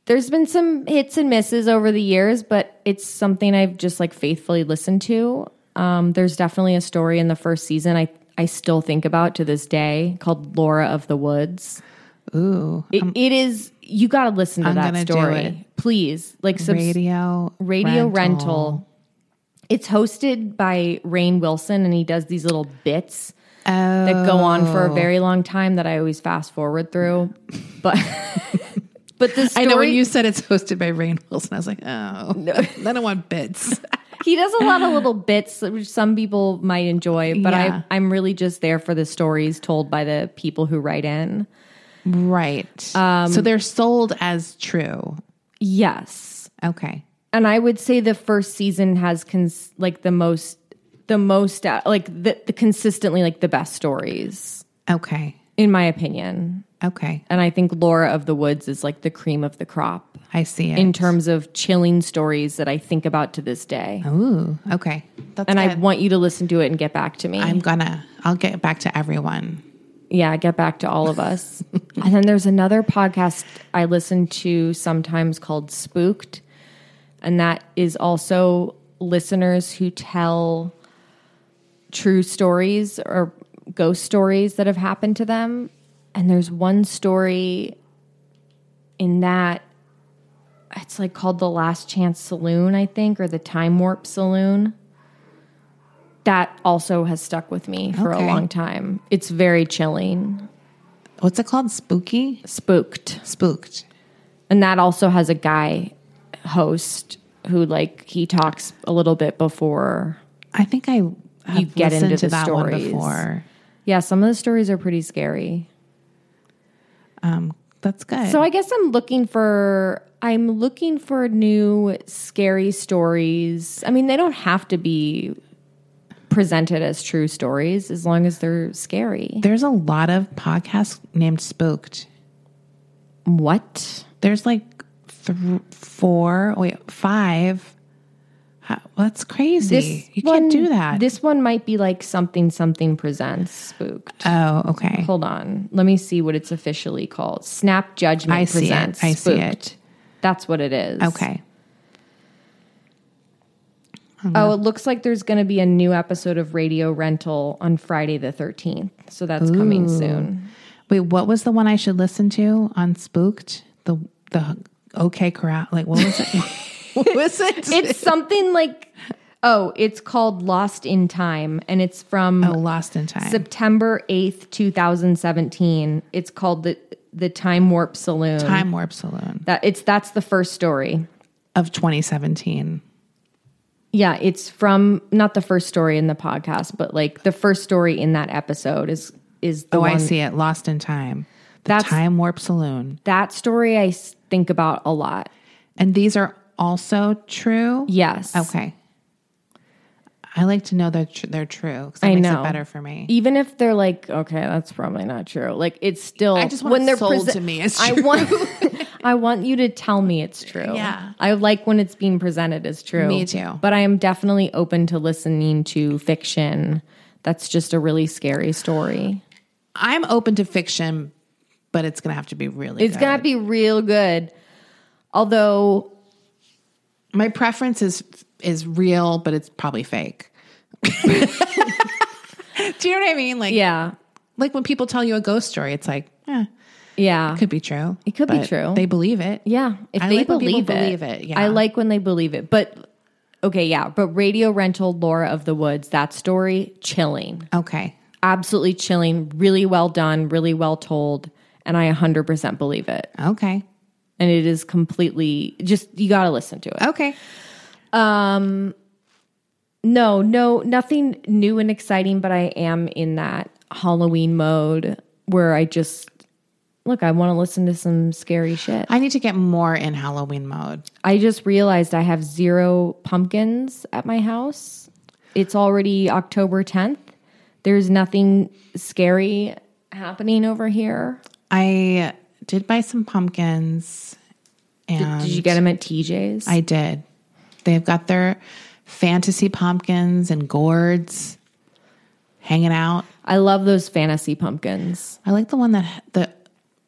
[SPEAKER 2] there's been some hits and misses over the years, but it's something I've just like faithfully listened to. Um, there's definitely a story in the first season I I still think about to this day called Laura of the Woods. Ooh, it, it is. You got to listen to
[SPEAKER 3] I'm
[SPEAKER 2] that
[SPEAKER 3] gonna do it.
[SPEAKER 2] story, please. Like subs-
[SPEAKER 3] Radio
[SPEAKER 2] Radio Rental. It's hosted by Rain Wilson, and he does these little bits that go on for a
[SPEAKER 3] Oh.
[SPEAKER 2] very long time that I always fast forward through. But but the story,
[SPEAKER 3] I know when you said it's hosted by Rain Wilson, I was like, oh, I don't want bits.
[SPEAKER 2] he does a lot of little bits which some people might enjoy but
[SPEAKER 3] Yeah.
[SPEAKER 2] I, i'm really just there for the stories told by the people who write in
[SPEAKER 3] right. so they're sold as true.
[SPEAKER 2] yes
[SPEAKER 3] Okay.
[SPEAKER 2] and i would say the first season has cons- like the most the most uh, like the, the consistently like the best stories
[SPEAKER 3] Okay.
[SPEAKER 2] in my opinion
[SPEAKER 3] Okay.
[SPEAKER 2] and i think laura of the woods is like the cream of the crop
[SPEAKER 3] I see it.
[SPEAKER 2] in terms of chilling stories that i think about to this day
[SPEAKER 3] Ooh. Okay. Oh, That's
[SPEAKER 2] and i
[SPEAKER 3] good.
[SPEAKER 2] want you to listen to it and get back to me
[SPEAKER 3] I'm gonna. I'll get back to everyone.
[SPEAKER 2] yeah, get back to all of us. and then there's another podcast I listen to sometimes called Spooked, and that is also listeners who tell true stories or ghost stories that have happened to them. And there's one story in that it's like called the Last Chance Saloon, I think, or the Time Warp Saloon. That also has stuck with me for
[SPEAKER 3] Okay.
[SPEAKER 2] a long time. It's very chilling,
[SPEAKER 3] What's it called? Spooky.
[SPEAKER 2] spooked.
[SPEAKER 3] Spooked.
[SPEAKER 2] And that also has a guy host who like he talks a little bit before.
[SPEAKER 3] I think I have
[SPEAKER 2] You get
[SPEAKER 3] listened
[SPEAKER 2] into
[SPEAKER 3] to
[SPEAKER 2] the
[SPEAKER 3] that one
[SPEAKER 2] stories.
[SPEAKER 3] before.
[SPEAKER 2] Yeah, some of the stories are pretty scary.
[SPEAKER 3] Um, That's good.
[SPEAKER 2] So I guess I'm looking for I'm looking for new scary stories. I mean, they don't have to be presented as true stories as long as they're scary.
[SPEAKER 3] there's a lot of podcasts named Spooked.
[SPEAKER 2] What?
[SPEAKER 3] There's like th- four, wait, five. How, well, that's crazy. you
[SPEAKER 2] one-
[SPEAKER 3] can't do that.
[SPEAKER 2] This one might be like something something presents spooked.
[SPEAKER 3] oh, okay.
[SPEAKER 2] Hold on. Let me see what it's officially called. Snap Judgment
[SPEAKER 3] I see it.
[SPEAKER 2] presents
[SPEAKER 3] I see
[SPEAKER 2] spooked.
[SPEAKER 3] it.
[SPEAKER 2] That's what it is.
[SPEAKER 3] Okay.
[SPEAKER 2] Oh, it looks like there's going to be a new episode of Radio Rental on Friday the 13th. So that's coming soon.
[SPEAKER 3] Wait, what was the one I should listen to on Spooked? The the okay corral. Like what was it? what was it?
[SPEAKER 2] It's something like Oh, it's called Lost in Time and it's from
[SPEAKER 3] oh, Lost in Time.
[SPEAKER 2] September 8th, 2017. It's called the the Time Warp Saloon.
[SPEAKER 3] Time Warp Saloon
[SPEAKER 2] That it's that's the first story.
[SPEAKER 3] of 2017.
[SPEAKER 2] Yeah, it's from not the first story in the podcast, but like the first story in that episode is is the
[SPEAKER 3] Oh,
[SPEAKER 2] one
[SPEAKER 3] I see it. Lost in Time. The
[SPEAKER 2] That's-
[SPEAKER 3] Time Warp Saloon.
[SPEAKER 2] That story I s- think about a lot.
[SPEAKER 3] And these are also true.
[SPEAKER 2] Yes.
[SPEAKER 3] Okay. I like to know they're tr- they're true because that
[SPEAKER 2] I
[SPEAKER 3] makes
[SPEAKER 2] know.
[SPEAKER 3] it better for me.
[SPEAKER 2] Even if they're like, okay, that's probably not true. Like it's still
[SPEAKER 3] I just want it sold to me as
[SPEAKER 2] I
[SPEAKER 3] true.
[SPEAKER 2] want I want you to tell me it's true.
[SPEAKER 3] Yeah.
[SPEAKER 2] I like when it's being presented as true.
[SPEAKER 3] Me too.
[SPEAKER 2] But I am definitely open to listening to fiction. That's just a really scary story.
[SPEAKER 3] I'm open to fiction, but it's gonna have to be really.
[SPEAKER 2] It's
[SPEAKER 3] good.
[SPEAKER 2] got to be real good. Although
[SPEAKER 3] My preference is is real, but it's probably fake. Do you know what I mean? Like,
[SPEAKER 2] Yeah.
[SPEAKER 3] like when people tell you a ghost story, it's like, eh,
[SPEAKER 2] Yeah.
[SPEAKER 3] could be true. It
[SPEAKER 2] could be true.
[SPEAKER 3] They believe it.
[SPEAKER 2] yeah. If
[SPEAKER 3] I
[SPEAKER 2] they
[SPEAKER 3] like when people
[SPEAKER 2] believe, it,
[SPEAKER 3] believe it, yeah.
[SPEAKER 2] I like when they believe it. But okay, yeah. But radio rental Laura of the Woods, that story, chilling.
[SPEAKER 3] Okay.
[SPEAKER 2] Absolutely chilling. Really well done, really well told. And I 100% believe it.
[SPEAKER 3] Okay.
[SPEAKER 2] And it is completely just, you got to listen to it.
[SPEAKER 3] Okay.
[SPEAKER 2] No, no, nothing new and exciting, but I am in that Halloween mode where I just look, I want to listen to some scary shit.
[SPEAKER 3] I need to get more in Halloween mode.
[SPEAKER 2] I just realized I have zero pumpkins at my house. It's already October 10th. There's nothing scary happening over here.
[SPEAKER 3] I did buy some pumpkins, and
[SPEAKER 2] Did you get them at TJ's?
[SPEAKER 3] I did. They've got their fantasy pumpkins and gourds hanging out.
[SPEAKER 2] I love those fantasy pumpkins.
[SPEAKER 3] I like the one that the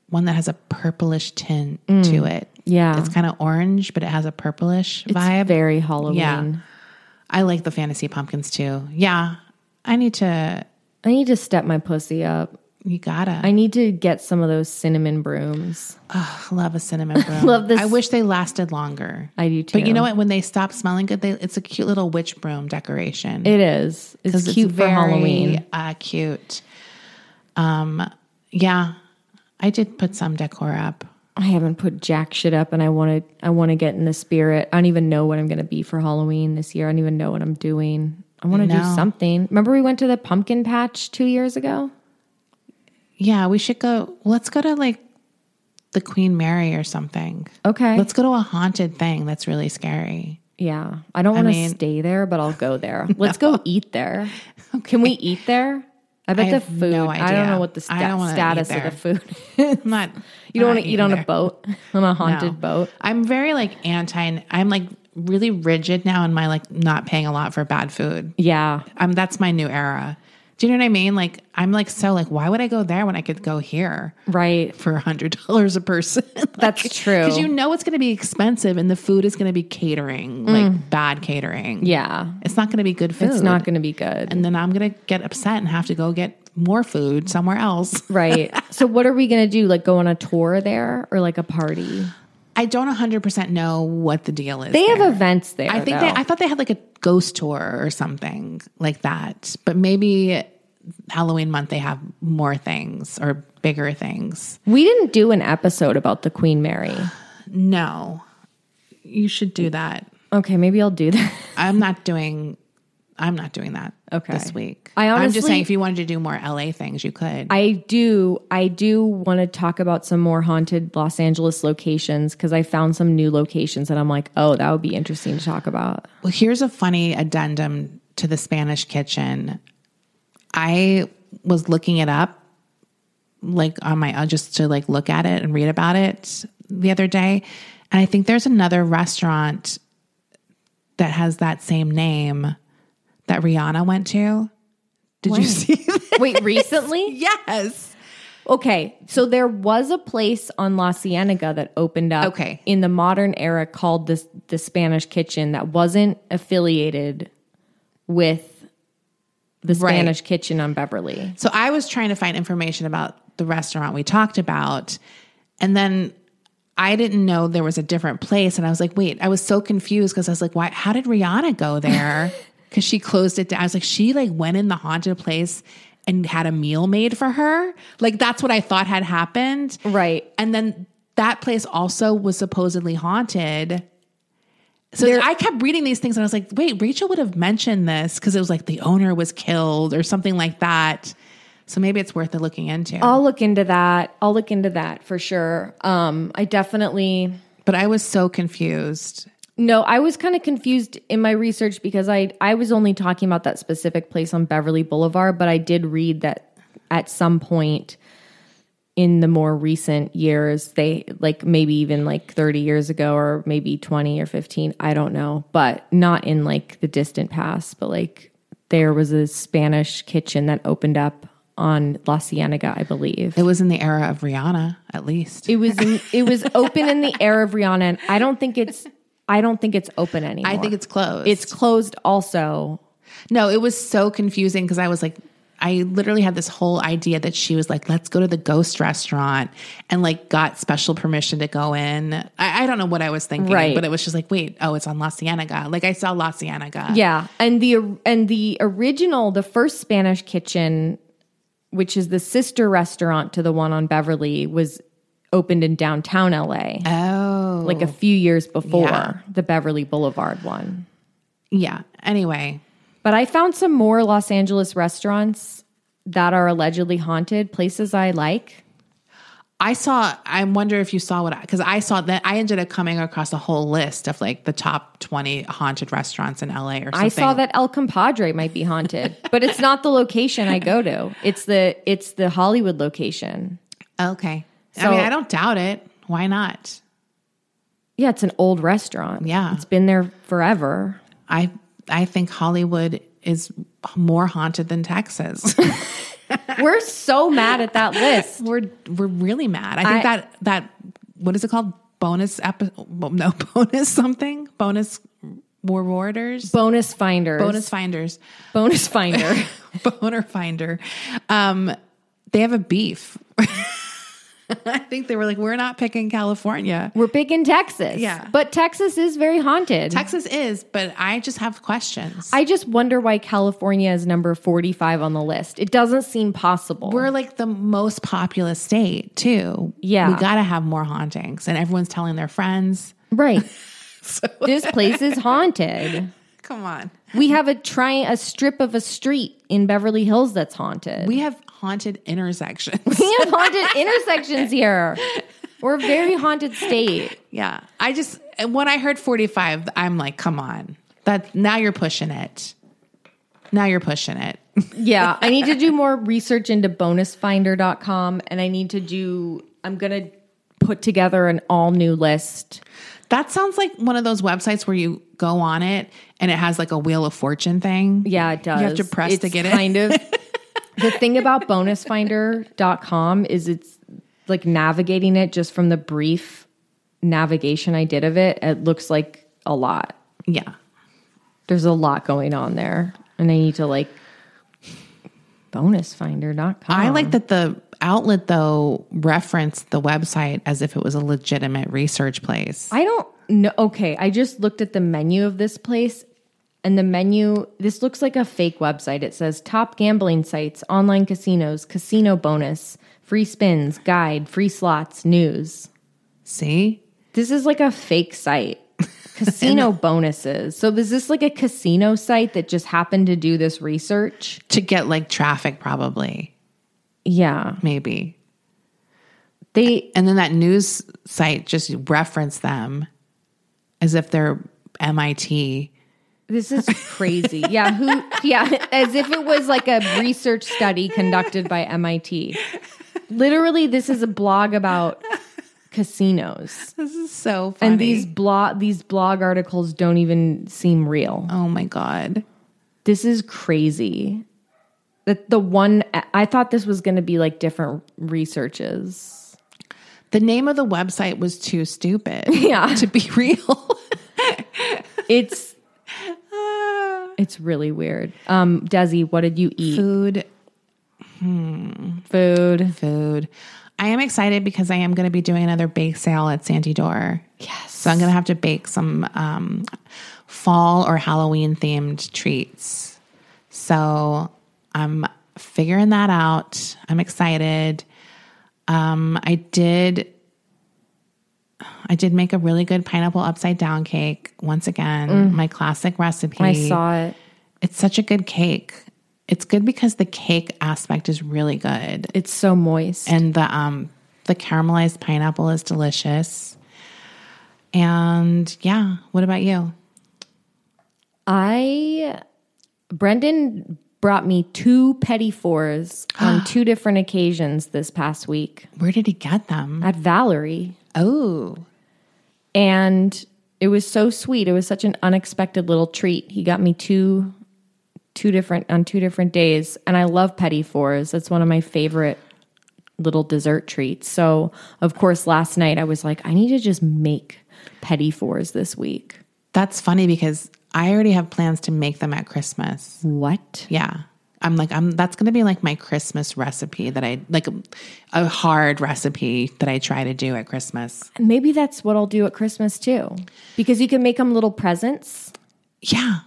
[SPEAKER 3] one that has a purplish tint to it.
[SPEAKER 2] Mm. Yeah.
[SPEAKER 3] it's kind of orange, but it has a purplish vibe.
[SPEAKER 2] Very Halloween.
[SPEAKER 3] yeah, I like the fantasy pumpkins too. Yeah, I need to.
[SPEAKER 2] I need to step my pussy up.
[SPEAKER 3] You gotta.
[SPEAKER 2] I need to get some of those cinnamon brooms.
[SPEAKER 3] love a cinnamon broom.
[SPEAKER 2] Love this-
[SPEAKER 3] I wish they lasted longer.
[SPEAKER 2] I do
[SPEAKER 3] But you
[SPEAKER 2] too.
[SPEAKER 3] know what? When they stop smelling good, they, it's a cute little witch broom decoration.
[SPEAKER 2] It is. It's
[SPEAKER 3] 'Cause
[SPEAKER 2] cute for
[SPEAKER 3] very,
[SPEAKER 2] Halloween.
[SPEAKER 3] Uh, cute. Um, yeah, I did put some decor up.
[SPEAKER 2] I haven't put jack shit up, and I want to. I want to get in the spirit. I don't even know what I'm going to be for Halloween this year. I don't even know what I'm doing. I want to do
[SPEAKER 3] No.
[SPEAKER 2] something. Remember, we went to the pumpkin patch two years ago.
[SPEAKER 3] Yeah, we should go. Let's go to like the Queen Mary or something.
[SPEAKER 2] Okay.
[SPEAKER 3] Let's go to a haunted thing that's really scary.
[SPEAKER 2] Yeah, I don't want to
[SPEAKER 3] mean-
[SPEAKER 2] stay there, but I'll go there. Let's go eat there. Can we eat there? I bet
[SPEAKER 3] I
[SPEAKER 2] the
[SPEAKER 3] have
[SPEAKER 2] food.
[SPEAKER 3] no
[SPEAKER 2] I don't
[SPEAKER 3] idea.
[SPEAKER 2] know what the
[SPEAKER 3] I don't
[SPEAKER 2] sta-
[SPEAKER 3] wanna
[SPEAKER 2] status
[SPEAKER 3] eat
[SPEAKER 2] of the
[SPEAKER 3] there.
[SPEAKER 2] food. is.
[SPEAKER 3] I'm not.
[SPEAKER 2] you don't
[SPEAKER 3] I'm
[SPEAKER 2] want to
[SPEAKER 3] not
[SPEAKER 2] eat
[SPEAKER 3] eating
[SPEAKER 2] on a
[SPEAKER 3] there.
[SPEAKER 2] boat on a haunted
[SPEAKER 3] No.
[SPEAKER 2] boat.
[SPEAKER 3] I'm very like anti. I'm like really rigid now in my like not paying a lot for bad food.
[SPEAKER 2] Yeah,
[SPEAKER 3] Um, that's my new era. Do you know what I mean? Like I'm like so like why would I go there when I could go here
[SPEAKER 2] right.
[SPEAKER 3] for a hundred dollars a person?
[SPEAKER 2] That's true.
[SPEAKER 3] Because you know it's going to be expensive and the food is going to be catering, like bad catering.
[SPEAKER 2] Mm. yeah,
[SPEAKER 3] It's not going to be good food.
[SPEAKER 2] it's not going to be good.
[SPEAKER 3] And then I'm going to get upset and have to go get more food somewhere else.
[SPEAKER 2] Right. so what are we going to do? Like go on a tour there or like a party?
[SPEAKER 3] I don't 100% know what the deal is.
[SPEAKER 2] They
[SPEAKER 3] there.
[SPEAKER 2] have events there.
[SPEAKER 3] I think
[SPEAKER 2] though.
[SPEAKER 3] they, I thought they had like a ghost tour or something like that. But maybe Halloween month they have more things or bigger things.
[SPEAKER 2] we didn't do an episode about the Queen Mary.
[SPEAKER 3] No, you should do that.
[SPEAKER 2] Okay, maybe I'll do that.
[SPEAKER 3] I'm not doing. I'm not doing that.
[SPEAKER 2] Okay.
[SPEAKER 3] This week,
[SPEAKER 2] I
[SPEAKER 3] I'm just
[SPEAKER 2] honestly-
[SPEAKER 3] saying if you wanted to do more LA things, you could.
[SPEAKER 2] I do I do want to talk about some more haunted Los Angeles locations cuz I found some new locations and I'm like, "Oh, that would be interesting to talk about."
[SPEAKER 3] well, here's a funny addendum to the Spanish Kitchen. I was looking it up, like on my own, just to like look at it and read about it the other day, and I think there's another restaurant that has that same name that Rihanna went to. Did you see?
[SPEAKER 2] Wait, recently?
[SPEAKER 3] Yes.
[SPEAKER 2] Okay, so there was a place on La Cienega that opened up
[SPEAKER 3] Okay.
[SPEAKER 2] in the modern era called the the Spanish Kitchen that wasn't affiliated with the
[SPEAKER 3] Right.
[SPEAKER 2] Spanish Kitchen on Beverly.
[SPEAKER 3] So I was trying to find information about the restaurant we talked about. And then I didn't know there was a different place. And I was like, wait, I was so confused because I was like, why? How did Rihanna go there? Because she closed it down. I was like, she like went in the haunted place and had a meal made for her. Like that's what I thought had happened.
[SPEAKER 2] Right.
[SPEAKER 3] And then that place also was supposedly haunted. So I kept reading these things and I was like, wait, Rachel would have mentioned this because it was like the owner was killed or something like that. So maybe it's worth it looking into.
[SPEAKER 2] I'll look into that. I'll look into that for sure. Um I definitely
[SPEAKER 3] But I was so confused.
[SPEAKER 2] No, I was kind of confused in my research because I I was only talking about that specific place on Beverly Boulevard, but I did read that at some point in the more recent years, they like maybe even like 30 years ago or maybe 20 or 15, I don't know, but not in like the distant past, but like there was a Spanish kitchen that opened up on La Cienega, I believe.
[SPEAKER 3] It was in the era of Rihanna, at least.
[SPEAKER 2] It was in, it was open in the era of Rihanna, and I don't think it's I don't think it's open anymore.
[SPEAKER 3] I think it's closed.
[SPEAKER 2] it's closed also.
[SPEAKER 3] no, it was so confusing because I was like, I literally had this whole idea that she was like, let's go to the ghost restaurant and like got special permission to go in. I, I don't know what I was thinking,
[SPEAKER 2] Right.
[SPEAKER 3] but it was just like, wait, oh, it's on La Cienega. Like I saw La Cienega.
[SPEAKER 2] Yeah, and the and the original, the first Spanish Kitchen, which is the sister restaurant to the one on Beverly, was opened in downtown LA,
[SPEAKER 3] Oh.
[SPEAKER 2] like a few years before
[SPEAKER 3] Yeah.
[SPEAKER 2] the Beverly Boulevard one.
[SPEAKER 3] Yeah. Anyway,
[SPEAKER 2] But I found some more Los Angeles restaurants that are allegedly haunted, places I like.
[SPEAKER 3] I saw, I wonder if you saw what I, because I saw that I ended up coming across a whole list of like the top 20 haunted restaurants in LA or something.
[SPEAKER 2] I saw that El Compadre might be haunted, but it's not the location I go to. It's the it's the Hollywood location.
[SPEAKER 3] Oh, Okay. I
[SPEAKER 2] So-
[SPEAKER 3] mean, I don't doubt it. Why not?
[SPEAKER 2] Yeah, it's an old restaurant.
[SPEAKER 3] Yeah.
[SPEAKER 2] It's been there forever.
[SPEAKER 3] I I think Hollywood is more haunted than Texas.
[SPEAKER 2] We're so mad at that list.
[SPEAKER 3] we're we're really mad. I think
[SPEAKER 2] I-
[SPEAKER 3] that that what is it called? Bonus epi- well, no bonus something bonus rewarders
[SPEAKER 2] Bonus finders.
[SPEAKER 3] bonus finders
[SPEAKER 2] bonus finder.
[SPEAKER 3] boner finder. Um, they have a beef. I think they were like, we're not picking California.
[SPEAKER 2] We're big in Texas.
[SPEAKER 3] Yeah.
[SPEAKER 2] But Texas is very haunted.
[SPEAKER 3] Texas is, but I just have questions.
[SPEAKER 2] I just wonder why California is number 45 on the list. It doesn't seem possible.
[SPEAKER 3] We're like the most populous state too.
[SPEAKER 2] Yeah.
[SPEAKER 3] we gotta have more hauntings, and everyone's telling their friends.
[SPEAKER 2] right. This place is haunted.
[SPEAKER 3] Come on,
[SPEAKER 2] We have a try a strip of a street in Beverly Hills that's haunted.
[SPEAKER 3] we have haunted intersections.
[SPEAKER 2] We have haunted intersections here. We're a very haunted state.
[SPEAKER 3] yeah, I just and when I heard forty five, I'm like, come on, that now you're pushing it. Now you're pushing it.
[SPEAKER 2] Yeah, I need to do more research into bonusfinder.com and I need to do I'm going to put together an all new list.
[SPEAKER 3] That sounds like one of those websites where you go on it and it has like a wheel of fortune thing.
[SPEAKER 2] Yeah, it does.
[SPEAKER 3] You have to press
[SPEAKER 2] It's
[SPEAKER 3] to get it.
[SPEAKER 2] Kind of. the thing about bonusfinder.com is it's like navigating it just from the brief navigation I did of it, it looks like a lot.
[SPEAKER 3] yeah.
[SPEAKER 2] There's a lot going on there and I need to like bonusfinder.com.
[SPEAKER 3] I like that the outlet though referenced the website as if it was a legitimate research place.
[SPEAKER 2] I don't know. Okay, I just looked at the menu of this place, and the menu. This looks like a fake website. It says top gambling sites, online casinos, casino bonus, free spins, guide, free slots, news.
[SPEAKER 3] See?
[SPEAKER 2] This is like a fake site. Casino bonuses. So is this like a casino site that just happened to do this research?
[SPEAKER 3] To get like traffic probably,
[SPEAKER 2] Yeah,
[SPEAKER 3] maybe.
[SPEAKER 2] they.
[SPEAKER 3] And then that news site just referenced them as if they're MIT.
[SPEAKER 2] This is crazy. Yeah, who? Yeah, as if it was like a research study conducted by MIT. Literally, this is a blog about casinos,
[SPEAKER 3] So funny.
[SPEAKER 2] and these blog these blog articles don't even seem real.
[SPEAKER 3] Oh my god.
[SPEAKER 2] This is crazy. That the one I thought this was going to be like different researches.
[SPEAKER 3] The name of the website was too stupid. Yeah. To be real.
[SPEAKER 2] It's it's really weird. Um, Desi, what did you eat?
[SPEAKER 3] Food
[SPEAKER 2] Food.
[SPEAKER 3] food. I am excited because I am going to be doing another bake sale at Sandy Door. Yes. So I'm going to have to bake some um, fall or Halloween themed treats. So I'm figuring that out. I'm excited. Um, I did. I did make a really good pineapple upside down cake once again, my classic recipe.
[SPEAKER 2] Mm. I saw it.
[SPEAKER 3] It's such a good cake. It's good because the cake aspect is really good
[SPEAKER 2] It's so moist.
[SPEAKER 3] and the um the caramelized pineapple is delicious. And yeah, what about you?
[SPEAKER 2] I Brendan brought me two petty fours on two different occasions this past week
[SPEAKER 3] Where did he get them?
[SPEAKER 2] at Valerie.
[SPEAKER 3] Oh,
[SPEAKER 2] And it was so sweet. It was such an unexpected little treat. He got me two two different on two different days, and I love petit fours. That's one of my favorite little dessert treats. So, of course, last night I was like, I need to just make petit fours this week.
[SPEAKER 3] That's funny because I already have plans to make them at Christmas.
[SPEAKER 2] What?
[SPEAKER 3] Yeah. I'm like, I'm that's gonna be like my Christmas recipe that I like a, a hard recipe that I try to do at Christmas.
[SPEAKER 2] Maybe that's what I'll do at Christmas too, because you can make them little presents.
[SPEAKER 3] Yeah.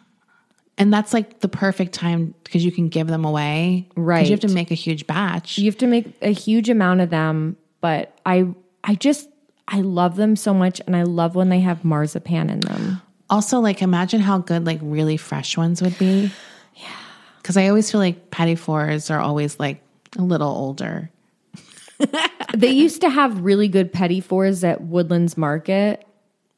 [SPEAKER 3] And that's like the perfect time because you can give them away. 'Cause You have
[SPEAKER 2] Right.
[SPEAKER 3] to make a huge batch.
[SPEAKER 2] You have to make a huge amount of them, but I I just I love them so much, and I love when they have marzipan in them.
[SPEAKER 3] also, like, imagine how good like really fresh ones would be. Yeah. Cause I always feel like patty fours are always like a little older.
[SPEAKER 2] They used to have really good petty fours at Woodlands Market.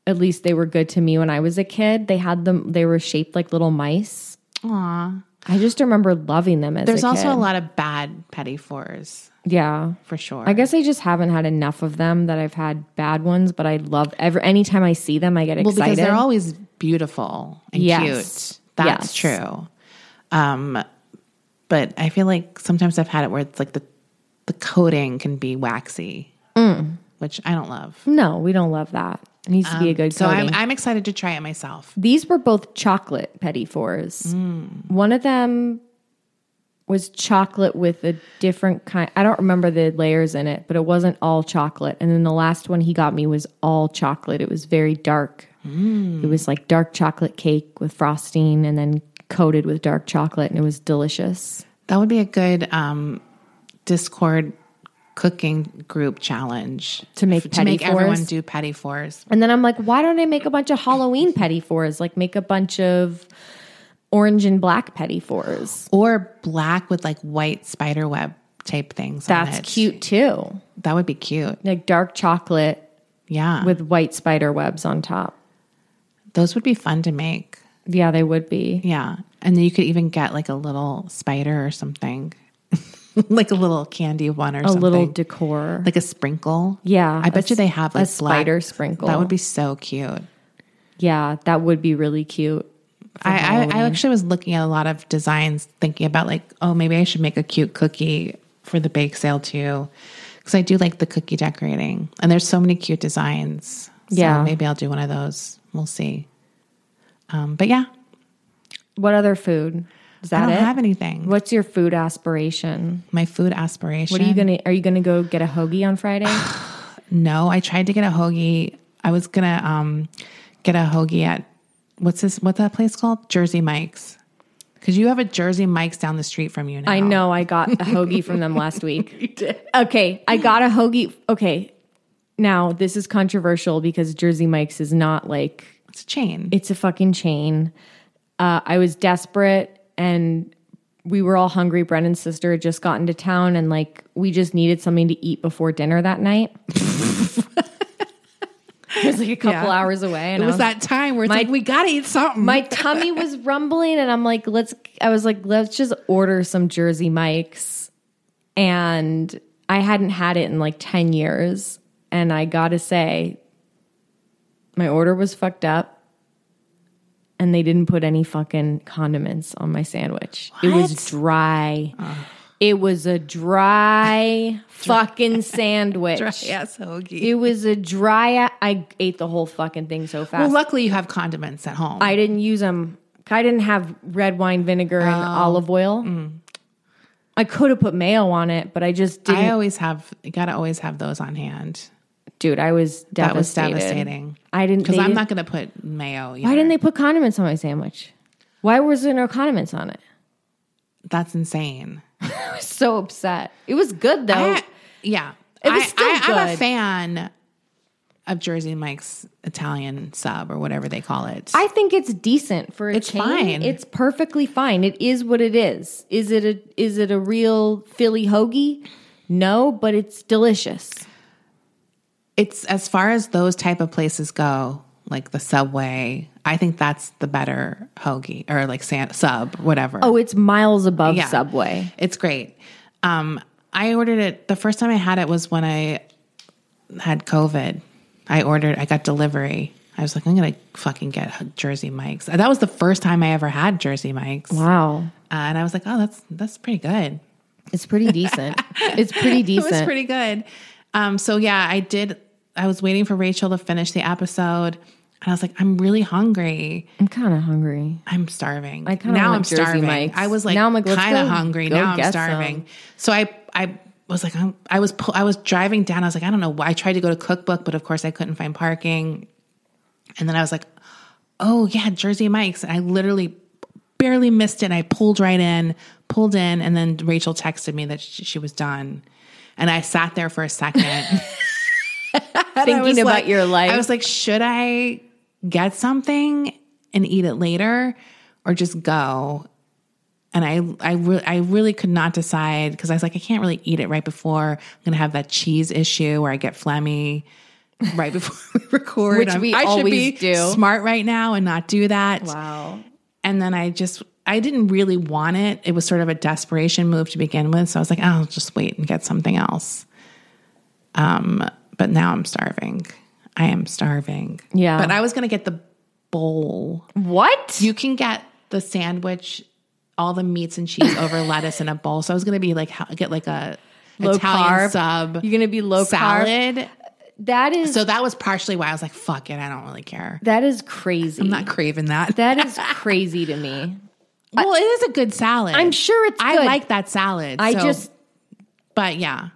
[SPEAKER 2] At least they were good to me when I was a kid. They had them; they were shaped like little mice.
[SPEAKER 3] Aw.
[SPEAKER 2] I just remember loving them as
[SPEAKER 3] There's
[SPEAKER 2] a
[SPEAKER 3] also
[SPEAKER 2] kid.
[SPEAKER 3] a lot of bad patty fours
[SPEAKER 2] Yeah,
[SPEAKER 3] for sure.
[SPEAKER 2] I guess I just haven't had enough of them that I've had bad ones, but I love every anytime I see them, I get
[SPEAKER 3] Well,
[SPEAKER 2] excited.
[SPEAKER 3] because they're always beautiful and
[SPEAKER 2] Yes.
[SPEAKER 3] cute. That's
[SPEAKER 2] Yes.
[SPEAKER 3] true. Um, but I feel like sometimes I've had it where it's like the the coating can be waxy,
[SPEAKER 2] Mm.
[SPEAKER 3] which I don't love.
[SPEAKER 2] no, we don't love that. It needs to be a good.
[SPEAKER 3] Um, So I'm
[SPEAKER 2] coating.
[SPEAKER 3] I'm excited to try it myself.
[SPEAKER 2] These were both chocolate petit fours.
[SPEAKER 3] Mm.
[SPEAKER 2] One of them was chocolate with a different kind. I don't remember the layers in it, but it wasn't all chocolate. And then the last one he got me was all chocolate. It was very dark.
[SPEAKER 3] Mm.
[SPEAKER 2] It was like dark chocolate cake with frosting and then coated with dark chocolate, and it was delicious.
[SPEAKER 3] That would be a good um, Discord cooking group challenge
[SPEAKER 2] To make
[SPEAKER 3] to
[SPEAKER 2] patty
[SPEAKER 3] make everyone
[SPEAKER 2] fours?
[SPEAKER 3] do patty fours.
[SPEAKER 2] And then I'm like, why don't I make a bunch of Halloween petit fours? Like make a bunch of orange and black petit fours.
[SPEAKER 3] Or black with like white spider web type things. on
[SPEAKER 2] That's
[SPEAKER 3] it.
[SPEAKER 2] cute too.
[SPEAKER 3] That would be cute.
[SPEAKER 2] like dark chocolate
[SPEAKER 3] Yeah.
[SPEAKER 2] with white spider webs on top.
[SPEAKER 3] those would be fun to make.
[SPEAKER 2] Yeah, they would be.
[SPEAKER 3] Yeah. And then you could even get like a little spider or something, like a little candy one or
[SPEAKER 2] A
[SPEAKER 3] something.
[SPEAKER 2] little decor.
[SPEAKER 3] like a sprinkle.
[SPEAKER 2] Yeah,
[SPEAKER 3] I bet
[SPEAKER 2] a
[SPEAKER 3] you they
[SPEAKER 2] s-
[SPEAKER 3] have
[SPEAKER 2] a
[SPEAKER 3] like black-
[SPEAKER 2] spider sprinkle.
[SPEAKER 3] That would be so cute.
[SPEAKER 2] yeah, that would be really cute.
[SPEAKER 3] I, I, I actually was looking at a lot of designs, thinking about like, oh, maybe I should make a cute cookie for the bake sale too. Because I do like the cookie decorating, and there's so many cute designs. So
[SPEAKER 2] Yeah.
[SPEAKER 3] maybe I'll do one of those. We'll see. Um, but yeah,
[SPEAKER 2] What other food? Is that
[SPEAKER 3] I don't
[SPEAKER 2] it?
[SPEAKER 3] have anything.
[SPEAKER 2] What's your food aspiration?
[SPEAKER 3] my food aspiration?
[SPEAKER 2] What are you gonna? Are you gonna go get a hoagie on Friday?
[SPEAKER 3] No, I tried to get a hoagie. I was gonna um, get a hoagie at what's this? What's that place called? Jersey Mike's. Because you have a Jersey Mike's down the street from you now.
[SPEAKER 2] I know I got a hoagie from them last week. Okay, I got a hoagie. Okay, now this is controversial because Jersey Mike's is not like
[SPEAKER 3] it's a chain.
[SPEAKER 2] It's a fucking chain. Uh, I was desperate and we were all hungry. Brennan's sister had just gotten to town and like we just needed something to eat before dinner that night. it was like a couple
[SPEAKER 3] Yeah.
[SPEAKER 2] hours away. And I
[SPEAKER 3] it was that time where it's
[SPEAKER 2] my-
[SPEAKER 3] like we gotta eat something.
[SPEAKER 2] my tummy was rumbling and I'm like, let's I was like, let's just order some Jersey Mike's. And I hadn't had it in like 10 years. And I gotta say, my order was fucked up. And they didn't put any fucking condiments on my sandwich. It was dry. It was a dry fucking sandwich.
[SPEAKER 3] yes, hoagie.
[SPEAKER 2] It was a dry. I ate the whole fucking thing so fast.
[SPEAKER 3] well, luckily you have condiments at home.
[SPEAKER 2] I didn't use them. I didn't have red wine vinegar and
[SPEAKER 3] Oh.
[SPEAKER 2] olive oil.
[SPEAKER 3] Mm.
[SPEAKER 2] I could have put mayo on it, but I just didn't.
[SPEAKER 3] I always have. You gotta always have those on hand.
[SPEAKER 2] Dude, I was devastated.
[SPEAKER 3] That was devastating.
[SPEAKER 2] I didn't.
[SPEAKER 3] Because
[SPEAKER 2] they
[SPEAKER 3] I'm
[SPEAKER 2] didn't-
[SPEAKER 3] not gonna put mayo. Either.
[SPEAKER 2] Why didn't they put condiments on my sandwich? Why was there no condiments on it?
[SPEAKER 3] That's insane.
[SPEAKER 2] So upset. It was good though.
[SPEAKER 3] I- yeah.
[SPEAKER 2] It was
[SPEAKER 3] I,
[SPEAKER 2] still
[SPEAKER 3] I, I'm a
[SPEAKER 2] good.
[SPEAKER 3] fan of Jersey Mike's Italian sub or whatever they call it.
[SPEAKER 2] I think it's decent for a
[SPEAKER 3] It's
[SPEAKER 2] chain.
[SPEAKER 3] fine.
[SPEAKER 2] It's perfectly fine. It is what it is. Is it a is it a real Philly hoagie? No, but it's delicious.
[SPEAKER 3] it's as far as those type of places go, like the subway, I think that's the better hoagie or like san- sub, whatever.
[SPEAKER 2] Oh, it's miles above
[SPEAKER 3] Yeah.
[SPEAKER 2] Subway.
[SPEAKER 3] It's great. Um, I ordered it. The first time I had it was when I had COVID. I ordered, I got delivery. I was like, I'm gonna fucking get Jersey Mike's. That was the first time I ever had Jersey Mike's, uh,
[SPEAKER 2] Wow.
[SPEAKER 3] and I was like, oh, that's that's pretty good.
[SPEAKER 2] It's pretty decent. it's pretty decent.
[SPEAKER 3] It was pretty good. Um, so yeah, I did. I was waiting for Rachel to finish the episode, and I was like, I'm really hungry.
[SPEAKER 2] I'm kind of hungry.
[SPEAKER 3] I'm starving.
[SPEAKER 2] I kinda
[SPEAKER 3] now
[SPEAKER 2] want
[SPEAKER 3] I'm
[SPEAKER 2] Jersey
[SPEAKER 3] starving.
[SPEAKER 2] Mike's.
[SPEAKER 3] I was like,
[SPEAKER 2] Now
[SPEAKER 3] now
[SPEAKER 2] I'm
[SPEAKER 3] I'm
[SPEAKER 2] like, let's
[SPEAKER 3] kind of
[SPEAKER 2] go-
[SPEAKER 3] hungry.
[SPEAKER 2] go
[SPEAKER 3] now I'm
[SPEAKER 2] get
[SPEAKER 3] starving. So I I was like, I'm, I was pu- I was driving down. I was like, I don't know why. I tried to go to Cookbook, but of course I couldn't find parking. And then I was like, oh yeah, Jersey Mike's. And I literally barely missed it. And I pulled right in, pulled in, and then Rachel texted me that she, she was done. And I sat there for a second. I was
[SPEAKER 2] Thinking about
[SPEAKER 3] like-
[SPEAKER 2] your life.
[SPEAKER 3] I was like, should I get something and eat it later, or just go? And I, I, re- I really could not decide because I was like, I can't really eat it right before I'm gonna have that cheese issue where I get phlegmy right before we record.
[SPEAKER 2] Which
[SPEAKER 3] I'm-
[SPEAKER 2] we
[SPEAKER 3] I should
[SPEAKER 2] always
[SPEAKER 3] be
[SPEAKER 2] do.
[SPEAKER 3] smart right now and not do that.
[SPEAKER 2] wow.
[SPEAKER 3] And then I just, I didn't really want it. It was sort of a desperation move to begin with. So I was like, I'll just wait and get something else. Um, but now I'm starving. I am starving.
[SPEAKER 2] Yeah.
[SPEAKER 3] But I was going to get the bowl.
[SPEAKER 2] What?
[SPEAKER 3] You can get the sandwich, all the meats and cheese over lettuce in a bowl. So I was going to be like, ha- get like a
[SPEAKER 2] Low carb?
[SPEAKER 3] Italian sub.
[SPEAKER 2] You're gonna be low carb?
[SPEAKER 3] salad.
[SPEAKER 2] that is
[SPEAKER 3] So that was partially why I was like, fuck it. I don't really care.
[SPEAKER 2] that is crazy.
[SPEAKER 3] I'm not craving that.
[SPEAKER 2] that is crazy to me.
[SPEAKER 3] well, it is a good salad.
[SPEAKER 2] I'm sure it's
[SPEAKER 3] I
[SPEAKER 2] good.
[SPEAKER 3] like that salad.
[SPEAKER 2] I
[SPEAKER 3] so-
[SPEAKER 2] just
[SPEAKER 3] but yeah,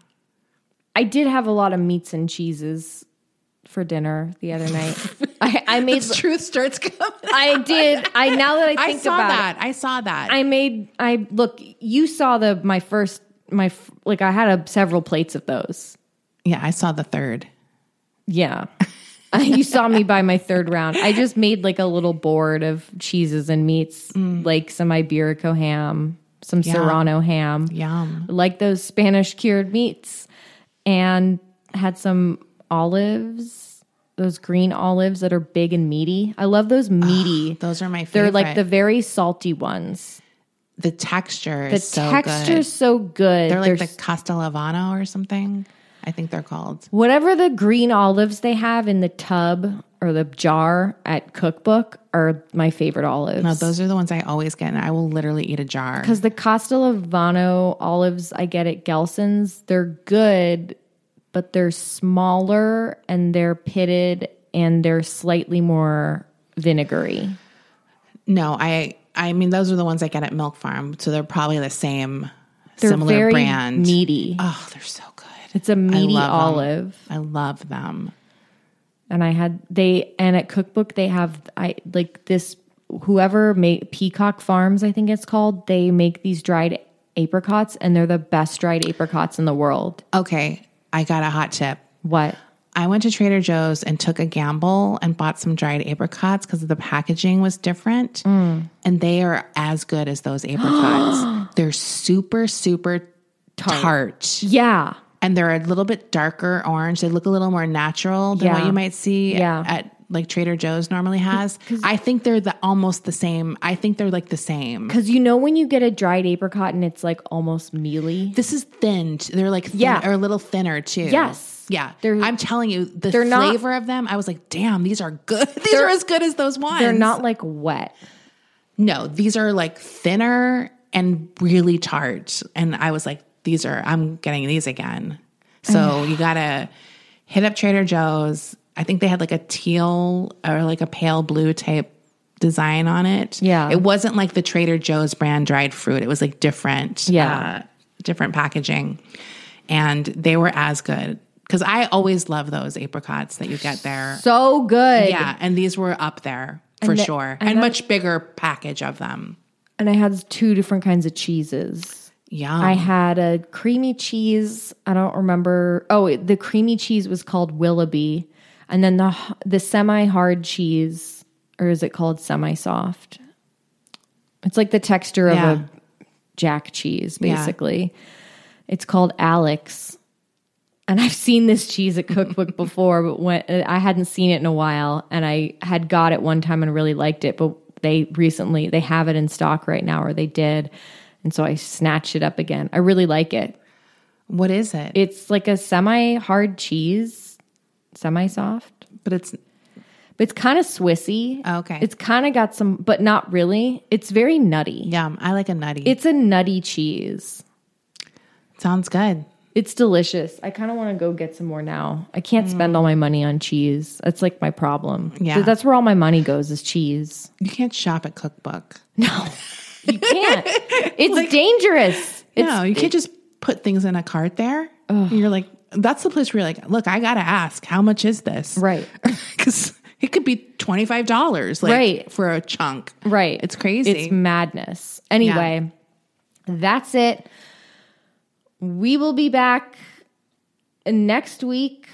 [SPEAKER 2] I did have a lot of meats and cheeses for dinner the other night. I, I made
[SPEAKER 3] truth starts coming.
[SPEAKER 2] I did I now that I
[SPEAKER 3] I
[SPEAKER 2] think
[SPEAKER 3] saw
[SPEAKER 2] about it.
[SPEAKER 3] that. I saw that.
[SPEAKER 2] I made I look. You saw the my first my f- like I had a, several plates of those.
[SPEAKER 3] yeah, I saw the third.
[SPEAKER 2] Yeah, you saw me by my third round. I just made like a little board of cheeses and meats,
[SPEAKER 3] Mm.
[SPEAKER 2] like some Iberico ham, some Serrano ham,
[SPEAKER 3] Yum.
[SPEAKER 2] like those Spanish cured meats, and had some olives. Those green olives that are big and meaty. I love those meaty.
[SPEAKER 3] Those are my
[SPEAKER 2] They're
[SPEAKER 3] favorite.
[SPEAKER 2] like the very salty ones.
[SPEAKER 3] the texture.
[SPEAKER 2] The
[SPEAKER 3] is so
[SPEAKER 2] texture's so good.
[SPEAKER 3] Good. They're like
[SPEAKER 2] There's-
[SPEAKER 3] the Castellavano or something. I think they're called.
[SPEAKER 2] Whatever the green olives they have in the tub or the jar at Cookbook are my favorite olives.
[SPEAKER 3] No, those are the ones I always get, and I will literally eat a jar.
[SPEAKER 2] because the Castellavano olives I get at Gelson's, they're good, but they're smaller and they're pitted and they're slightly more vinegary.
[SPEAKER 3] No, I. I mean, those are the ones I get at Milk Farm, so they're probably the same,
[SPEAKER 2] They're
[SPEAKER 3] similar
[SPEAKER 2] very
[SPEAKER 3] brand.
[SPEAKER 2] meaty.
[SPEAKER 3] Oh, they're so good.
[SPEAKER 2] it's a meaty
[SPEAKER 3] love 'em.
[SPEAKER 2] olive.
[SPEAKER 3] I love them.
[SPEAKER 2] and I had they and at cookbook they have I like this whoever make Peacock Farms I think it's called they make these dried apricots and they're the best dried apricots in the world.
[SPEAKER 3] Okay, I got a hot tip.
[SPEAKER 2] What?
[SPEAKER 3] I went to Trader Joe's and took a gamble and bought some dried apricots because the packaging was different.
[SPEAKER 2] Mm.
[SPEAKER 3] And they are as good as those apricots. they're super, super tart.
[SPEAKER 2] Yeah.
[SPEAKER 3] And they're a little bit darker orange. They look a little more natural than what
[SPEAKER 2] Yeah.
[SPEAKER 3] you might see
[SPEAKER 2] Yeah.
[SPEAKER 3] at, like Trader Joe's normally has. I think they're the almost the same. I think they're like the same.
[SPEAKER 2] Cuz you know when you get a dried apricot and it's like almost mealy.
[SPEAKER 3] This is thin. t- They're like thin,
[SPEAKER 2] Yeah.
[SPEAKER 3] or a little thinner too.
[SPEAKER 2] Yes.
[SPEAKER 3] Yeah.
[SPEAKER 2] They're-
[SPEAKER 3] I'm telling you, the
[SPEAKER 2] they're not-
[SPEAKER 3] flavor of them, I was like, damn, these are good. these are as good as those ones.
[SPEAKER 2] They're not like wet.
[SPEAKER 3] No, these are like thinner and really tart. And I was like, these are, I'm getting these again. So you gotta hit up Trader Joe's. I think they had like a teal or like a pale blue type design on it.
[SPEAKER 2] Yeah.
[SPEAKER 3] It wasn't like the Trader Joe's brand dried fruit. It was like different,
[SPEAKER 2] Yeah.
[SPEAKER 3] uh, different packaging. And they were as good. Cause I always love those apricots that you get there.
[SPEAKER 2] So good.
[SPEAKER 3] Yeah, and these were up there for
[SPEAKER 2] the-
[SPEAKER 3] sure,
[SPEAKER 2] and
[SPEAKER 3] and,
[SPEAKER 2] that-
[SPEAKER 3] much bigger package of them.
[SPEAKER 2] And I had two different kinds of cheeses.
[SPEAKER 3] Yum.
[SPEAKER 2] I had a creamy cheese. I don't remember. Oh, it- the creamy cheese was called Willoughby, and then the h- the semi hard cheese, or is it called semi soft? It's like the texture of
[SPEAKER 3] Yeah.
[SPEAKER 2] a jack cheese,
[SPEAKER 3] Yeah.
[SPEAKER 2] basically. It's called Alex, and I've seen this cheese at Cookbook before, but when I hadn't seen it in a while, and I had got it one time and really liked it, but they recently they have it in stock right now, or they did, and so I snatched it up again. I really like it.
[SPEAKER 3] what is it?
[SPEAKER 2] It's like a semi hard cheese, semi soft,
[SPEAKER 3] But it's
[SPEAKER 2] But it's kind of Swissy.
[SPEAKER 3] Okay.
[SPEAKER 2] It's kind of got some, but not really. It's very nutty.
[SPEAKER 3] Yum. I like a nutty. It
[SPEAKER 2] It's a nutty cheese.
[SPEAKER 3] sounds good.
[SPEAKER 2] It's delicious. I kind of want to go get some more now. I can't spend all my money on cheese. That's like my problem.
[SPEAKER 3] Yeah.
[SPEAKER 2] That's where all my money goes is cheese.
[SPEAKER 3] You can't shop at Cookbook.
[SPEAKER 2] You can't. It's dangerous. It's,
[SPEAKER 3] no, you can't just put things in a cart there. You're like, that's the place where you're like, look, I gotta ask, how much is this?
[SPEAKER 2] Right.
[SPEAKER 3] Because it could be twenty five dollars, like,
[SPEAKER 2] Right.
[SPEAKER 3] for a chunk.
[SPEAKER 2] Right.
[SPEAKER 3] It's crazy.
[SPEAKER 2] It's madness. Anyway, that's it. We will be back next week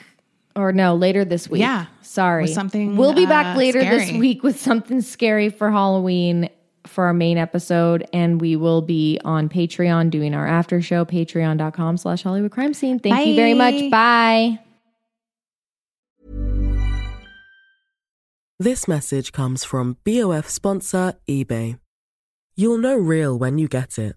[SPEAKER 2] or no, later this week.
[SPEAKER 3] Yeah.
[SPEAKER 2] Sorry.
[SPEAKER 3] With something,
[SPEAKER 2] We'll be
[SPEAKER 3] uh,
[SPEAKER 2] back later this
[SPEAKER 3] scary.
[SPEAKER 2] week with something scary for Halloween for our main episode and we will be on Patreon doing our after show patreon.com slash Hollywood crime scene. Thank you very much.
[SPEAKER 3] Bye.
[SPEAKER 2] Bye.
[SPEAKER 6] This message comes from BOF sponsor eBay. You'll know real when you get it.